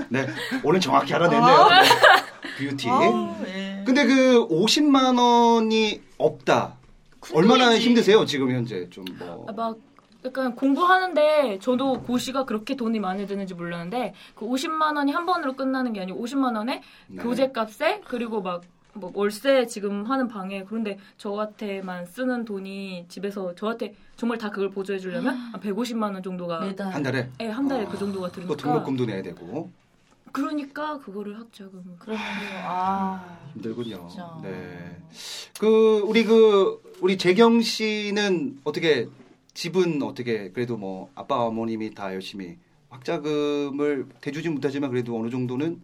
G: 네 오늘 정확히
M: 어.
G: 알아냈네요.
I: 아.
G: 뷰티.
I: 아우,
M: 예.
G: 근데 그 50만 원이 없다. 얼마나 힘드세요 지금 현재 좀 뭐.
M: 아, 막 약간 공부하는데 저도 고시가 그렇게 돈이 많이 드는지 몰랐는데 그 50만 원이 한 번으로 끝나는 게 아니고 50만 원에
G: 네.
M: 교재값에 그리고 막 뭐 월세 지금 하는 방에 그런데 저한테만 쓰는 돈이 집에서 저한테 정말 다 그걸 보조해 주려면 한 150만 원 정도가
G: 한 달에?
M: 네, 한 달에 그 정도가
G: 또
M: 들으니까
G: 등록금도 내야 되고
M: 그러니까 그거를 학자금 그러면
I: 아,
G: 힘들군요.
M: 그렇죠.
G: 네. 그 우리 그 우리 재경 씨는 어떻게 집은 어떻게 그래도 뭐 아빠 어머님이 다 열심히 학자금을 대주진 못하지만 그래도 어느 정도는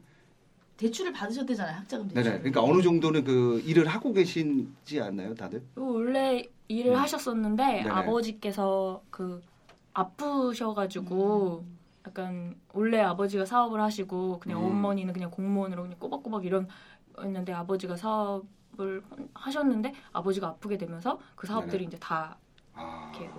I: 대출을 받으셨대잖아요 학자금 대출.
G: 네네 그러니까 어느 정도는 그 일을 하고 계신지 않나요 다들?
M: 그 원래 일을
G: 음.
M: 하셨었는데
G: 네네.
M: 아버지께서 그 아프셔가지고 약간 원래 아버지가 사업을 하시고 그냥
I: 음.
M: 어머니는 그냥 공무원으로 그냥 꼬박꼬박 이런 했는데 아버지가 사업을 하셨는데 아버지가 아프게 되면서 그 사업들이
I: 네네.
M: 이제 다 이렇게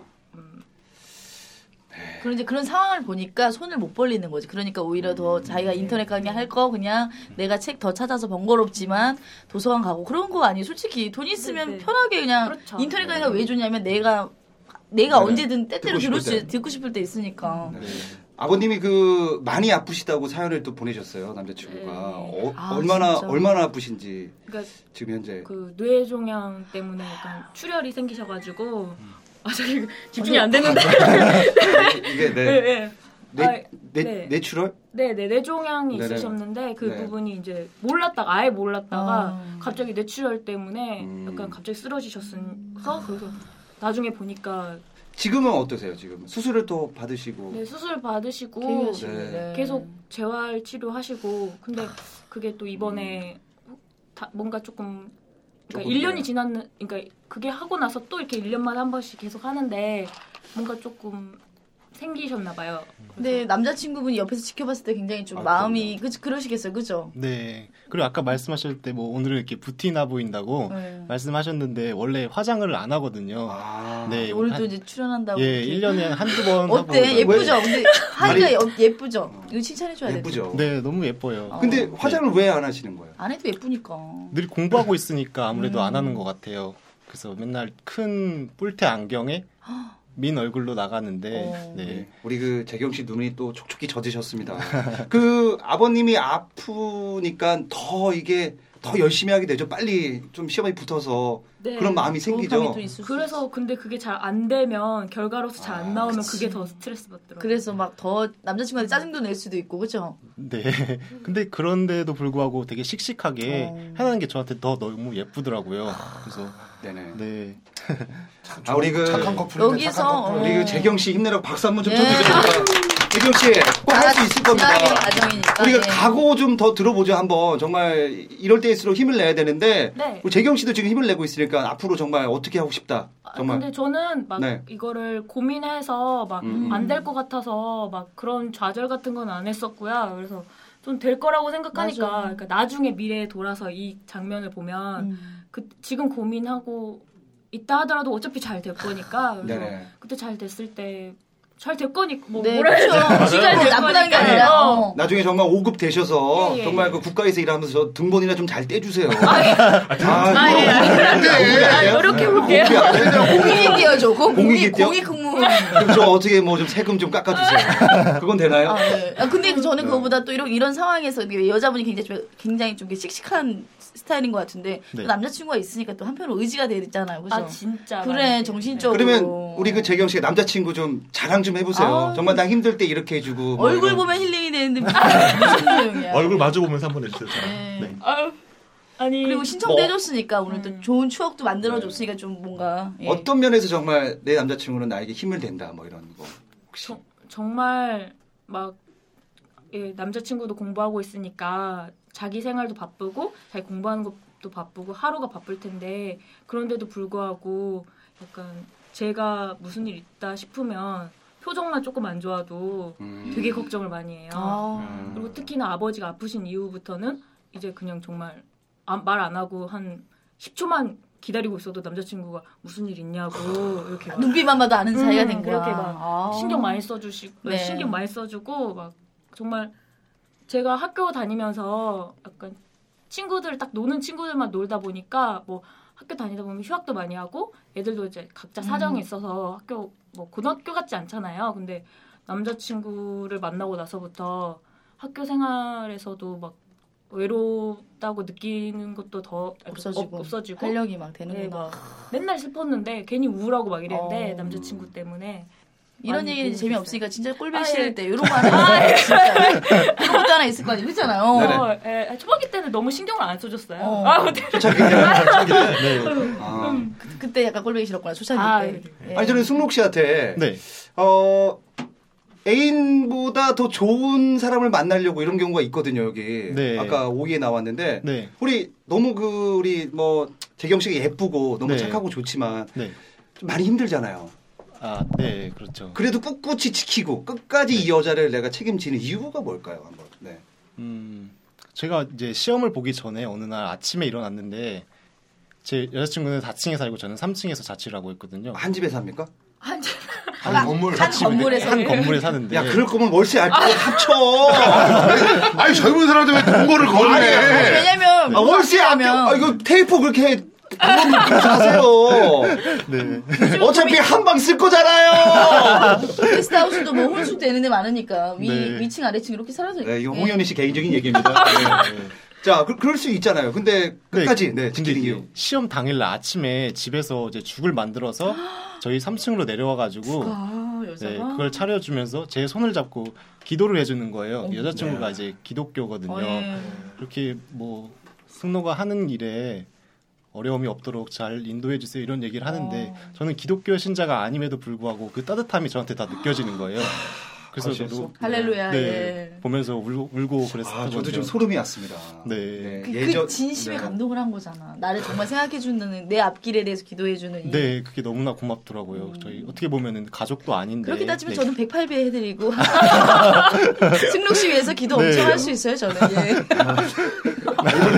I: 그런데 그런 상황을 보니까 손을 못 벌리는 거지. 그러니까 오히려 더 자기가 인터넷 강의 할 거 그냥 내가 책 더 찾아서 번거롭지만 도서관 가고 그런 거 아니에요. 솔직히 돈 있으면
M: 네,
I: 편하게 그냥
M: 그렇죠.
I: 인터넷 강의가 왜 좋냐면 내가 내가
G: 네.
I: 언제든 때때로
G: 듣고
I: 들을
G: 싶을 네.
I: 수 듣고 싶을 때 있으니까.
G: 아버님이 그 많이 아프시다고 사연을 또 보내셨어요 남자친구가 어,
M: 아,
G: 얼마나
M: 진짜.
G: 얼마나 아프신지
M: 그러니까
G: 지금 현재
M: 그 뇌종양 때문에 약간 출혈이
G: 음.
M: 생기셔가지고 아 저기 집중이 안 되는데
G: 이게 네.
M: 예, 예. 아,
G: 내, 내,
M: 네.
G: 내추럴?
M: 네네 뇌종양이
G: 네네.
M: 있으셨는데 그
G: 네.
M: 부분이 이제 몰랐다가 아예 몰랐다가 갑자기 뇌출혈 때문에 약간 갑자기 쓰러지셨어서 그래서 나중에 보니까
G: 지금은 어떠세요? 지금 수술을 또 받으시고
M: 네, 수술 받으시고
G: 퇴원하시고, 네.
M: 계속 재활 치료하시고 근데 그게 또 이번에 다- 뭔가 조금 그러니까
G: 조금
M: 1년이
G: 더.
M: 지났는 그러니까 그게 하고 나서 또 이렇게 1년마다 한 번씩 계속 하는데 뭔가 조금 생기셨나 봐요.
I: 근데 남자친구분이 옆에서 지켜봤을 때 굉장히 좀 마음이 그 그러시겠어요, 그죠?
K: 네. 그리고 아까 말씀하실 때 뭐 오늘은 이렇게 부티나 보인다고
I: 네.
K: 말씀하셨는데 원래 화장을 안 하거든요.
G: 아,
K: 네.
I: 오늘도
K: 한-
I: 이제 출연한다고.
K: 예,
I: 이렇게.
K: 1년에 한두 번 하고
I: 어때? 예쁘죠? 근데 하이가
K: 아니.
I: 예- 예쁘죠? 이거 칭찬해줘야 돼.
K: 네, 너무 예뻐요.
G: 근데 화장을 왜 안 하시는 거예요?
I: 안 해도 예쁘니까.
K: 늘 공부하고 있으니까 아무래도
I: 음.
K: 안 하는 것 같아요. 그래서 맨날 큰 뿔테 안경에 민 얼굴로 나가는데 네.
G: 우리 그 재경 씨 눈이 또 촉촉히 젖으셨습니다. 그 아버님이 아프니까 더 이게 더 열심히 하게 되죠. 빨리 좀 시험이 붙어서
M: 네.
G: 그런 마음이 생기죠.
M: 그래서 근데 그게 잘 안 되면 결과로서 잘 안 나오면 그게 더 스트레스 받더라고요.
I: 아, 그래서 막 더 남자친구한테 짜증도 낼 수도 있고, 그죠?
K: 네. 근데 그런데도 불구하고 되게 씩씩하게
M: 어.
K: 해나는 게 저한테 더 너무 예쁘더라고요. 그래서
G: 네네.
K: 네.
G: 아 우리 그 우리 그 재경 씨 힘내라고 박수 한 번 좀
M: 네.
K: 예.
G: 쳐주세요. 재경 씨꼭
M: 아,
G: 할 수 있을 겁니다.
I: 어, 지나가는 과정이니까.
G: 우리가 그
I: 네.
G: 각오 좀 더 들어보죠 한번 정말 이럴 때일수록 힘을 내야 되는데
M: 네.
G: 우리 재경 씨도 지금 힘을 내고 있으니까 앞으로 정말 어떻게 하고 싶다 정말
M: 아, 근데 저는 막
G: 네.
M: 이거를 고민해서 막 안
G: 음.
M: 될 것 같아서 막 그런 좌절 같은 건 안 했었고요. 그래서 좀 될 거라고 생각하니까
I: 맞아.
M: 그러니까 나중에 미래에 돌아서 이 장면을 보면
I: 음.
M: 그 지금 고민하고 있다 하더라도 어차피 잘 될 거니까 그래서
G: 네네.
M: 그때 잘 됐을 때 잘 될 거니까 뭐
I: 네,
M: 뭐라 해야
I: 그렇죠.
M: 되나?
I: 시간이
M: 될
I: 나쁘다는 게
M: 거니까요.
I: 아니라,
M: 어.
G: 나중에 정말 5급 되셔서
M: 예, 예,
G: 정말 그 국가에서 일하면서 저 등본이나 좀 잘 떼주세요.
I: 예.
G: 뭐
I: 아, 예, 예. 아, 노력해볼게요. 공익이요, 저. 공- 공익,
G: 공익이요?
I: 공익 근무.
G: 그럼 저 어떻게 뭐 좀 세금 좀 깎아주세요. 그건 되나요?
I: 아, 네. 아,
G: 음.
I: 근데 저는 그거보다 또 이런, 이런 상황에서 이게 여자분이 굉장히 좀, 굉장히 좀 이렇게 씩씩한 스타일인 것 같은데 또
G: 네.
I: 남자친구가 있으니까 또 한편으로 의지가 되잖아요. 그죠?
M: 아, 진짜.
I: 그래,
M: 많이
I: 정신적으로.
G: 그러면 우리 그 재경 씨의 남자친구 좀 자랑 좀 해보세요.
I: 어. 아.
G: 정말 나 힘들 때 이렇게 해주고 뭐
I: 얼굴
G: 이런. 아.
I: 보면 힐링이 되는데 무슨 소용이야.
H: 얼굴 마주 보면서 한번 해주세요. 저랑. 네.
M: 아니.
I: 그리고
G: 뭐?
I: 신청도 해줬으니까 오늘
M: 음.
I: 또 좋은 추억도 만들어줬으니까 좀 뭔가. 예.
G: 네. 어떤 면에서 정말 내 남자친구는 나에게 힘을 댄다 뭐 이런 거.
I: 어.
M: 정- 정말 막 예, 남자친구도 공부하고 있으니까 자기 생활도 바쁘고 자기 공부하는 것도 바쁘고 하루가 바쁠 텐데 그런데도 불구하고 약간 제가 무슨 일 있다 싶으면 표정만 조금 안 좋아도
K: 음.
M: 되게 걱정을 많이 해요.
I: 아.
M: 그리고 특히나 아버지가 아프신 이후부터는 이제 그냥 정말 아, 말 안 하고 한 10초만 기다리고 있어도 남자친구가 무슨 일 있냐고 이렇게 막
I: 눈빛만 봐도 아는 사이가
M: 음,
I: 된 거야.
M: 그렇게 막
I: 아.
M: 신경 많이 써주시고
I: 네.
M: 신경 많이 써주고 막 정말 제가 학교 다니면서 어, 약간 친구들 딱 노는 친구들만 놀다 보니까 뭐 학교 다니다 보면 휴학도 많이 하고 애들도 이제 각자 사정이
I: 음.
M: 있어서 학교 뭐 고등학교 같지 않잖아요. 근데 남자친구를 만나고 나서부터 학교 생활에서도 막 외롭다고 느끼는 것도 더
I: 없어지고,
M: 아, 없어지고
I: 활력이 막 되는구나.
M: 네, 막 맨날 슬펐는데 괜히 우울하고 막 이랬는데 남자친구 때문에
I: 어. 이런
M: 많이
I: 얘기는
M: 도움이
I: 재미없으니까 진짜 꼴배
M: 아,
I: 싫을
M: 예.
I: 때 이런 거 하나 진짜 이런 것도 하나 있을 거 아니에요 그렇잖아요
G: 네,
M: 어, 예, 초반기 때는 너무 신경을 안 써줬어요. 아, 근데
G: 아.
I: 그, 그때 약간 꼴배기 싫었구나 초창기
M: 아,
I: 때 예.
G: 아니 저는 승록
K: 네.
G: 씨한테 어 애인보다 더 좋은 사람을 만나려고 이런 경우가 있거든요 여기
K: 네.
G: 아까 5위에 나왔는데
K: 네.
G: 우리 너무 그 우리 뭐 재경 씨가 예쁘고 너무
K: 네.
G: 착하고 좋지만
K: 네.
G: 좀 많이 힘들잖아요.
K: 아, 네. 그렇죠.
G: 그래도 꿋꿋이 지키고 끝까지
K: 네.
G: 이 여자를 내가 책임지는 이유가 뭘까요? 한번. 네.
K: 음, 제가 이제 시험을 보기 전에 어느 날 아침에 일어났는데 제 여자친구는 4층에 살고 저는 3층에서 자취를 하고 있거든요.
G: 한 집에 삽니까?
K: 한,
J: 건물.
K: 한
J: 건물에서.
K: 한 건물에 사는데.
G: 야 그럴 거면 월세 알고 합쳐.
J: 아니 젊은 사람들 왜 동거를 거네?
G: 아니, 아니,
I: 왜냐면
G: 아, 월세 아껴. 아 이거 테이프 그렇게 그거 그렇게 사세요.
K: 네.
G: 어차피 한 방 쓸 거잖아요.
I: 게스트하우스도 뭐 혼수 되는 데 많으니까 위,
G: 네.
I: 위층 아래층 이렇게 살아서
G: 네, 이거
I: 예.
G: 홍현희 씨 개인적인 얘기입니다. 네. 자, 그, 럴수 있잖아요. 근데 끝까지 네,
K: 근데
G: 지키는 이유.
K: 이제 시험 당일날 아침에 집에서 이제 죽을 만들어서 저희 3층으로 내려와가지고
I: 아, 여자가
K: 네, 그걸 차려주면서 제 손을 잡고 기도를 해주는 거예요. 여자친구가 이제 기독교거든요.
I: 어,
M: 네.
I: 예.
K: 그렇게 뭐 승노가 하는 일에 어려움이 없도록 잘 인도해 주세요 이런 얘기를 하는데
M: 어.
K: 저는 기독교 신자가 아님에도 불구하고 그 따뜻함이 저한테 다 느껴지는 거예요. 그래서
G: 아,
K: 저도
G: 진짜?
I: 할렐루야,
K: 네,
I: 예.
K: 보면서 울고, 울고 그랬었던
G: 아,
K: 거죠.
G: 저도 좀 소름이 왔습니다.
K: 네.
I: 그, 그
G: 네.
I: 진심에 감동을 한 거잖아. 나를 정말 생각해주는 내 앞길에 대해서 기도해주는. 이-
K: 네, 그게 너무나 고맙더라고요. 저희 어떻게 보면은 가족도 아닌데.
I: 그렇게 따지면
K: 네.
I: 저는 108배 해드리고 승록 씨 위해서 기도
K: 네.
I: 엄청 할 수 있어요 저는. 예.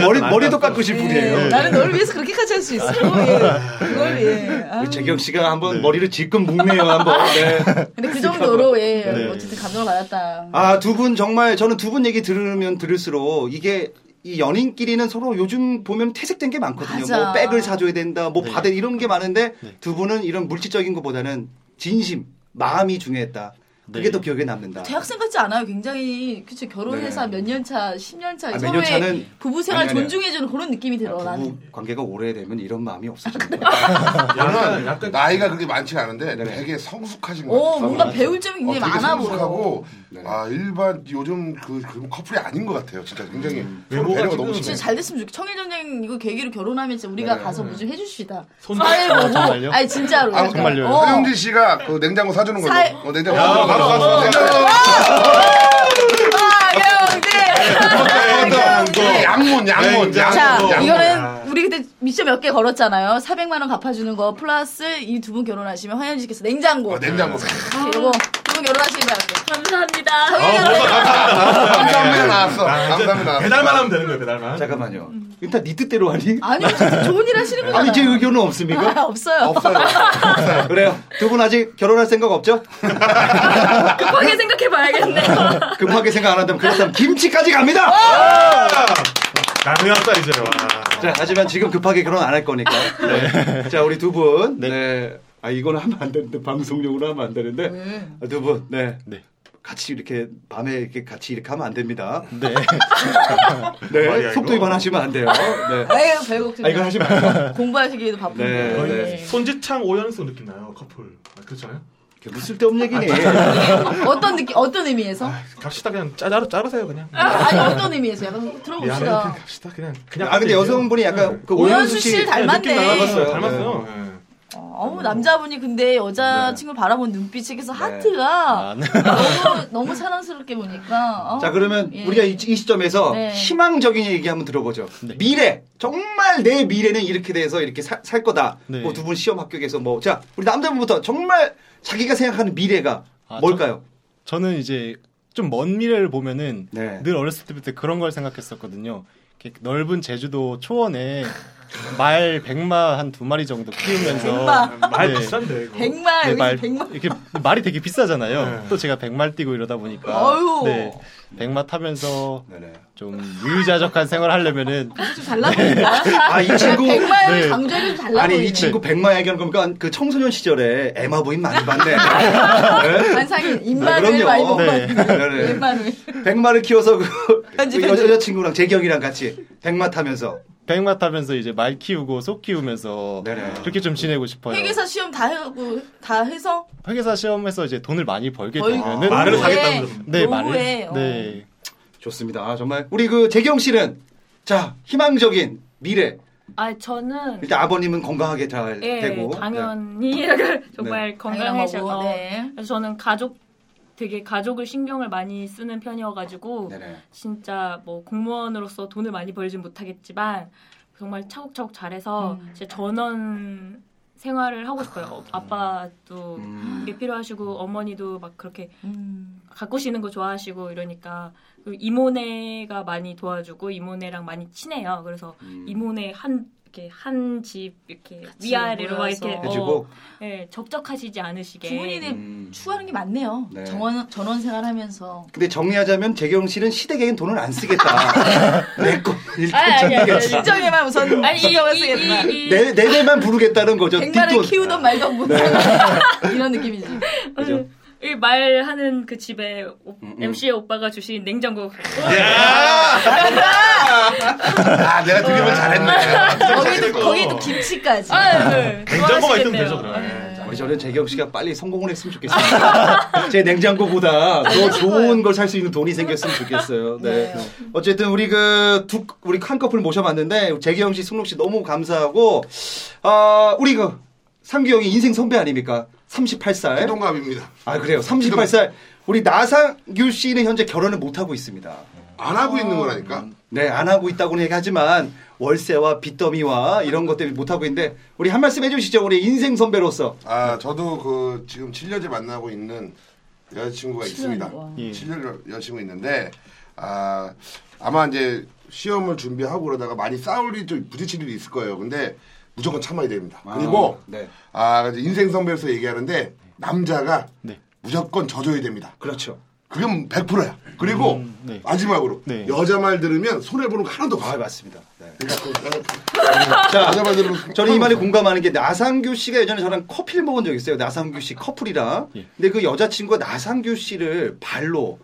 G: 머리, 머리도 깎으신 분이에요.
I: 예. 나는 너를 위해서 그렇게까지 할 수 있어. 예. 그걸 예. 아.
G: 우리 재경 씨가 한번 머리를 질끈 묶네요 한번. 네.
I: 근데 그 정도로 예.
G: 네.
I: 어쨌든 감동을 받았다.
G: 아, 두 분 정말 저는 두 분 얘기 들으면 들을수록 이게 이 연인끼리는 서로 요즘 보면 퇴색된 게 많거든요.
I: 맞아.
G: 뭐 백을 사줘야 된다, 뭐 받을 이런 게 많은데 두 분은 이런 물질적인 것보다는 진심, 마음이 중요했다. 그게 더 기억에 남는다.
I: 대학생 같지 않아요. 굉장히 그쵸 결혼해서 몇 년 차, 10년 차
G: 아, 몇
I: 서로의
G: 년 차는
I: 부부 생활
G: 아니, 아니요. 아,
I: 존중해주는 그런 느낌이 들어. 나는 아,
G: 부부 관계가 오래되면 이런 마음이 없어져.
J: 저는 나이가 그렇게 네. 많지 않은데 되게 성숙하신 것
I: 오,
J: 같아요.
I: 어,
J: 어,
I: 뭔가 배울 점이 굉장히
J: 되게
I: 많아
J: 성숙하고 아 일반 요즘 그, 그 커플이 아닌 것 같아요. 진짜 굉장히 서로 배려가 너무
I: 진짜
J: 심해.
I: 잘 됐으면 좋겠어. 청일전쟁 이거 계기로 결혼하면 진짜 우리가
J: 네.
I: 가서 뭐 좀 해줍시다.
J: 손-
I: 사회
J: 아,
I: 보고.
J: 정말요?
I: 아니 진짜로.
J: 아,
I: 약간. 어.
J: 허영진 씨가 그 냉장고 사주는 걸로.
I: 살-
J: 어, 냉장고 사주는 걸로. 바로 가서 냉장고.
H: 아,
J: 네, 양문, 양문, 양문.
I: 자,
J: 양문.
I: 이거는 우리 그때 미션 몇 개 걸었잖아요. 400만 원 갚아주는 거 플러스 이 두 분 결혼하시면 화현 씨께서 냉장고.
H: 아,
I: 아,
J: 어, 냉장고.
I: 이렇게 요거 두 분 결혼하시는 거 할게요. 감사합니다.
J: 아, 감사합니다 나왔어.
G: 감사합만
J: 나왔어.
G: 배달만 하면 되는 거예요,
K: 아,
G: 배달만. 잠깐만요. 일단 니 뜻대로 하니?
I: 음. 아니요, 진짜 좋은 일 하시는 거잖아요.
G: 아니, 제 의견은 없습니까?
I: 아, 없어요.
G: 그래요. 두 분 아직 결혼할 생각 없죠?
M: 급하게 생각해봐야겠네.
G: 급하게 생각 안 한다면 그렇다면 김치까지 갑니다.
I: 어!
G: 나누었다 이제. 자 하지만 지금 급하게 결혼 안 할 거니까. 네. 자 우리 두 분. 네. 아 이거는 하면 안 되는데 방송용으로 하면 안 되는데 두 분. 네. 같이 이렇게 밤에 이렇게 같이 이렇게 하면 안 됩니다. 네.
H: 말이야,
G: 속도
H: 이거.
G: 위반하시면 안 돼요. 네.
I: 에휴, 별 걱정.
G: 아, 이건 하지 마요.
I: 공부하시기에도 바쁜데.
G: 네,
H: 거의
G: 네.
H: 손지창 오연수 느낌 나요 커플. 아, 그렇잖아요.
G: 무슨 쓸데없는 얘기니?
I: 어떤 느낌, 어떤 의미에서?
H: 아, 갑시다 그냥 짜자로 자르세요 그냥.
I: 아니, 어떤 의미에서? 약간
H: 미안해
I: 들어봅시다.
H: 그냥 갑시다 그냥.
G: 아 근데 여성분이 약간 그
I: 오연수
G: 오연수
I: 씨를
G: 씨
I: 닮았네.
G: 느낌 나갔어요.
H: 닮았어요.
G: 네.
I: 어우, 남자분이 근데 여자친구를 바라본 눈빛에서
G: 네.
I: 하트가 너무, 너무 사랑스럽게 보니까. 어,
G: 아, 자 그러면
I: 예.
G: 우리가 이, 이 시점에서
I: 네.
G: 희망적인 얘기 한번 들어보죠.
K: 네.
G: 미래 정말 내 미래는 이렇게 돼서 이렇게 살, 살 거다.
K: 네.
G: 뭐 두 분 시험 합격해서 뭐 자 우리 남자분부터 정말 자기가 생각하는 미래가
K: 아,
G: 뭘까요?
K: 저는 이제 좀 먼 미래를 보면은
G: 네.
K: 늘 어렸을 때부터 그런 걸 생각했었거든요. 이렇게 넓은 제주도 초원에 말 백마 한 두 마리 정도 키우면서
I: 백마.
H: 말 아, 비싼데, 이거.
I: 백마,
G: 네,
I: 여기서 백마.
K: 이렇게 말이 되게 비싸잖아요.
H: 네.
K: 또 제가 백말 뛰고 이러다 보니까
I: 어휴.
K: 네, 백마 타면서
G: 네,
K: 좀 유유자적한 생활 하려면은
I: 좀 달라 보인다.
G: 아, 이 친구.
I: 백마의
G: 네.
I: 강조가 좀 달라
G: 아니
I: 보이네.
G: 이 친구 백마 얘기하는 거니까 그 청소년 시절에 에마 부인 많이 봤네.
I: 관상이 입만을 많이 먹고
G: 네. 네, 네.
I: 입만을.
G: 백마를 키워서 그,
I: 편집,
G: 그
I: 편집.
G: 여자 친구랑 재경이랑 같이 백마 타면서
K: 백마 타면서 이제 말 키우고 소 키우면서 어.
G: 네,
K: 그렇게 좀 지내고 싶어요.
I: 회계사 시험 다 하고 다 해서
K: 회계사 시험에서 이제 돈을 많이
G: 네.
K: 벌게
I: 벌-
K: 되면은
I: 아, 말을 사겠다는 거죠.
K: 네
I: 노후에,
K: 말을
I: 어.
K: 네
G: 좋습니다. 아, 정말 우리 그 재경 씨는 자 희망적인 미래
M: 아 저는
G: 일단 아버님은 건강하게 잘
M: 예,
G: 되고 네.
M: 당연히 정말 건강해서
I: 당연하고,
M: 어,
I: 네.
M: 그래서 저는 가족 되게 가족을 신경을 많이 쓰는 편이어가지고 진짜 뭐 공무원으로서 돈을 많이 벌진 못하겠지만 정말 차곡차곡 잘해서 제 전원 생활을 하고 싶어요. 아빠도
G: 음,
M: 이게 필요하시고 어머니도 막 그렇게 가꾸시는 거 좋아하시고 이러니까 그리고 이모네가 많이 도와주고 이모네랑 많이 친해요. 그래서
I: 음.
M: 이모네 한 이렇게 한 집 이렇게
I: 같이
M: 위아래로 막 이렇게
I: 모여서.
M: 어, 예, 적적하시지 않으시게
I: 부모님의 추구하는 게 음. 많네요.
G: 네.
I: 정원 전원 생활하면서
G: 근데 정리하자면 재경 씨는 시댁에겐 돈을 안 쓰겠다 내거 일단
I: 아니, 아니, 아니,
G: 정리하자.
I: 그러니까 진정에만 우선
M: 아니, 이-
I: 음. 진정만
M: 이-
I: 쓰겠다.
G: 내 내대만 부르겠다는 거죠
I: 백마를
G: 뒷돈.
I: 키우던 말던 못 이런 느낌이지.
G: 그죠?
M: 이 말하는 그 집에 오- MC의 오빠가 주신 냉장고
J: 아 내가
I: 어.
J: 드립을 잘했네.
I: 아, 거기도 거기도 김치까지.
M: 아, 네.
H: 냉장고가
M: 좋아하시겠네요.
H: 있으면 되죠 그럼.
G: 우리 저는 재경 씨가 빨리 성공을 했으면 좋겠습니다. 제 냉장고보다 더 좋은 걸 살 수 있는 돈이 생겼으면 좋겠어요. 네. 어쨌든 우리 그두 우리 한 커플 모셔봤는데 재경 씨, 승록 씨 너무 감사하고 아 우리 그 상규 형이 인생 선배 아닙니까? 38살.
J: 동갑입니다.
G: 아 그래요. 38살. 우리 나상규 씨는 현재 결혼을 못 하고 있습니다.
J: 안 하고 있는 거라니까.
G: 네, 안 하고 있다고는 얘기하지만 월세와 빚더미와 이런 것 때문에 못 하고 있는데 우리 한 말씀 해주시죠. 우리 인생 선배로서.
J: 아, 저도 그 지금 7년째 만나고 있는 여자친구가 있습니다.
G: 예.
J: 7년 여자친구 있는데 아, 아마 이제 시험을 준비하고 그러다가 많이 싸울 일이 좀 부딪힐 일이 있을 거예요. 근데 무조건 참아야 됩니다. 그리고
G: 네.
J: 아, 이제 인생 선배로서 얘기하는데 남자가
G: 네.
J: 무조건 져줘야 됩니다.
G: 그렇죠.
J: 그건 100%야. 그리고
G: 음, 네.
J: 마지막으로 여자 말 들으면 손해 보는 거 하나도 없어. 아,
G: 맞습니다. 네.
J: 여자 말 들으면
G: 저는 이 말에 공감하는 게 나상규 씨가 예전에 저랑 커피를 먹은 적이 있어요. 나상규 씨 커플이랑.
J: 예.
G: 근데 그 여자친구가 나상규 씨를 발로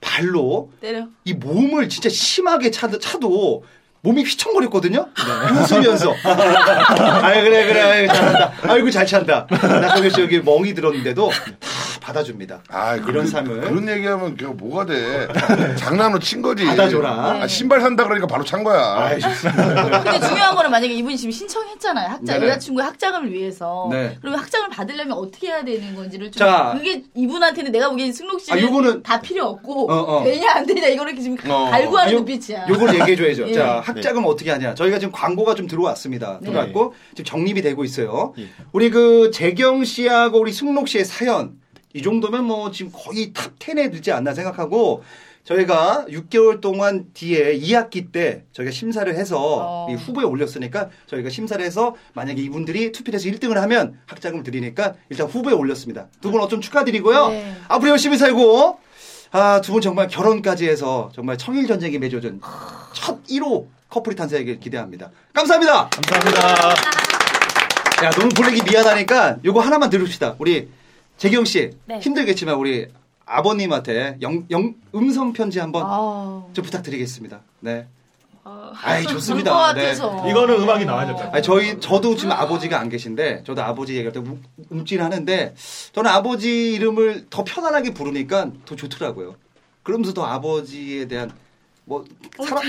G: 발로
I: 때려.
G: 이 몸을 진짜 심하게 차도, 차도 몸이 휘청거렸거든요.
J: 네.
G: 웃으면서. 아 그래 그래 아유, 잘한다. 아이고 잘 찬다. 나상규 씨 여기 멍이 들었는데도 다 받아줍니다.
J: 아,
G: 이런 삶을.
J: 그런 얘기하면 그냥 뭐가 돼. 장난으로 친 거지.
G: 받아줘라.
J: 아, 신발 산다 그러니까 바로 찬 거야.
I: 근데 중요한 거는 만약에 이분이 지금 신청했잖아요. 학자
J: 네네.
I: 여자친구의 학자금을 위해서.
G: 네.
I: 그러면 학자금을 받으려면 어떻게 해야 되는 건지를 좀
G: 자.
I: 그게 이분한테는 내가 보기엔 승록 씨는
G: 아, 요거는-
I: 다 필요 없고
G: 어, 어.
I: 되냐 안 되냐 이거를 이렇게 지금
G: 어.
I: 갈구하는
G: 요-
I: 눈빛이야.
G: 요걸 얘기해줘야죠.
I: 예.
G: 자, 학자금 어떻게 하냐. 저희가 지금 광고가 좀 들어왔습니다.
I: 네.
G: 들어왔고, 지금 정립이 되고 있어요. 우리 그 재경 씨하고 우리 승록 씨의 사연, 이 정도면 뭐 지금 거의 탑 10에 들지 않나 생각하고, 저희가 6개월 동안 뒤에 2학기 때 저희가 심사를
I: 어.
G: 해서 이 후보에 올렸으니까 저희가 심사를 해서 만약에 이분들이 투표해서 1등을 하면 학자금을 드리니까 일단 후보에 올렸습니다. 두 분 어쩜 축하드리고요.
I: 네.
G: 앞으로 열심히 살고 아, 두 분 정말 결혼까지 해서 정말 청일 전쟁이 맺어준 첫 1호 커플이 탄생하길 기대합니다. 감사합니다.
M: 네.
G: 감사합니다. 야, 너무 불리기 미안하니까 요거 하나만 들읍시다. 우리 재경 씨
I: 네.
G: 힘들겠지만 우리 아버님한테 영, 영- 음성 편지 한번
I: 아.
G: 좀 부탁드리겠습니다. 네. 아이 좋습니다.
I: 어,
G: 네.
I: 울것 같아서. 이거는
G: 음악이 나와야죠. 그렇죠. 아니, 저희 저도 지금 아버지가 안 계신데 저도 아버지 얘기할 때 움- 움찔하는데 저는 아버지 이름을 더 편안하게 부르니까 더 좋더라고요. 그러면서 더 아버지에 대한 뭐 살아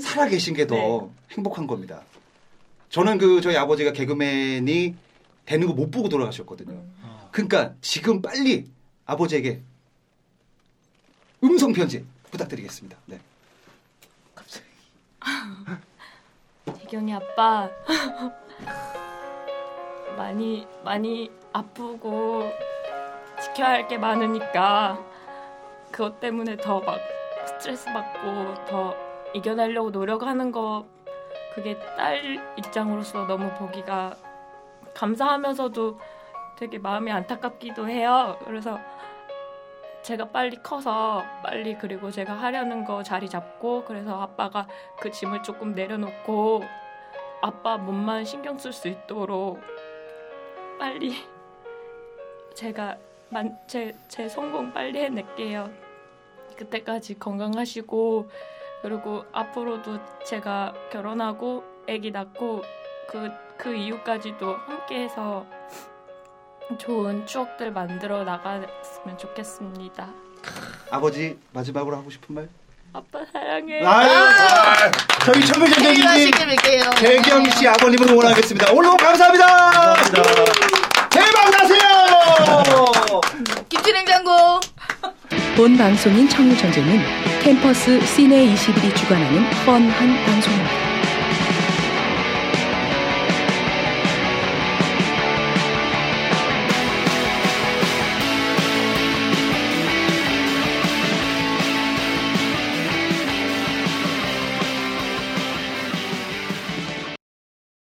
G: 살아 계신 게 더 행복한 겁니다. 저는 그 저희 아버지가 개그맨이 되는 거 못 보고 돌아가셨거든요. 그러니까 지금 빨리 아버지에게 음성 편지 부탁드리겠습니다. 네.
L: 재경이 아빠 많이 많이 아프고 지켜야 할 게 많으니까 그것 때문에 더 막 스트레스 받고 더 이겨내려고 노력하는 거 그게 딸 입장으로서 너무 보기가 감사하면서도 되게 마음이 안타깝기도 해요. 그래서 제가 빨리 커서 빨리 그리고 제가 하려는 거 자리 잡고 그래서 아빠가 그 짐을 조금 내려놓고 아빠 몸만 신경 쓸 수 있도록 빨리 제가 만, 제, 제 성공 빨리 해낼게요. 그때까지 건강하시고 그리고 앞으로도 제가 결혼하고 아기 낳고 그, 그 이후까지도 함께해서 좋은 추억들 만들어 나갔으면 좋겠습니다.
G: 아버지 마지막으로 하고 싶은 말?
L: 아빠 사랑해.
G: 아유, 저희 청교전쟁이
I: 뵐게요.
G: 재경 씨 아버님을 응원하겠습니다. 오늘도 감사합니다. 대박 나세요.
I: 김치냉장고.
O: 본 방송인 청일전쟁은 캠퍼스 시내 21이 주관하는 뻔한 방송입니다.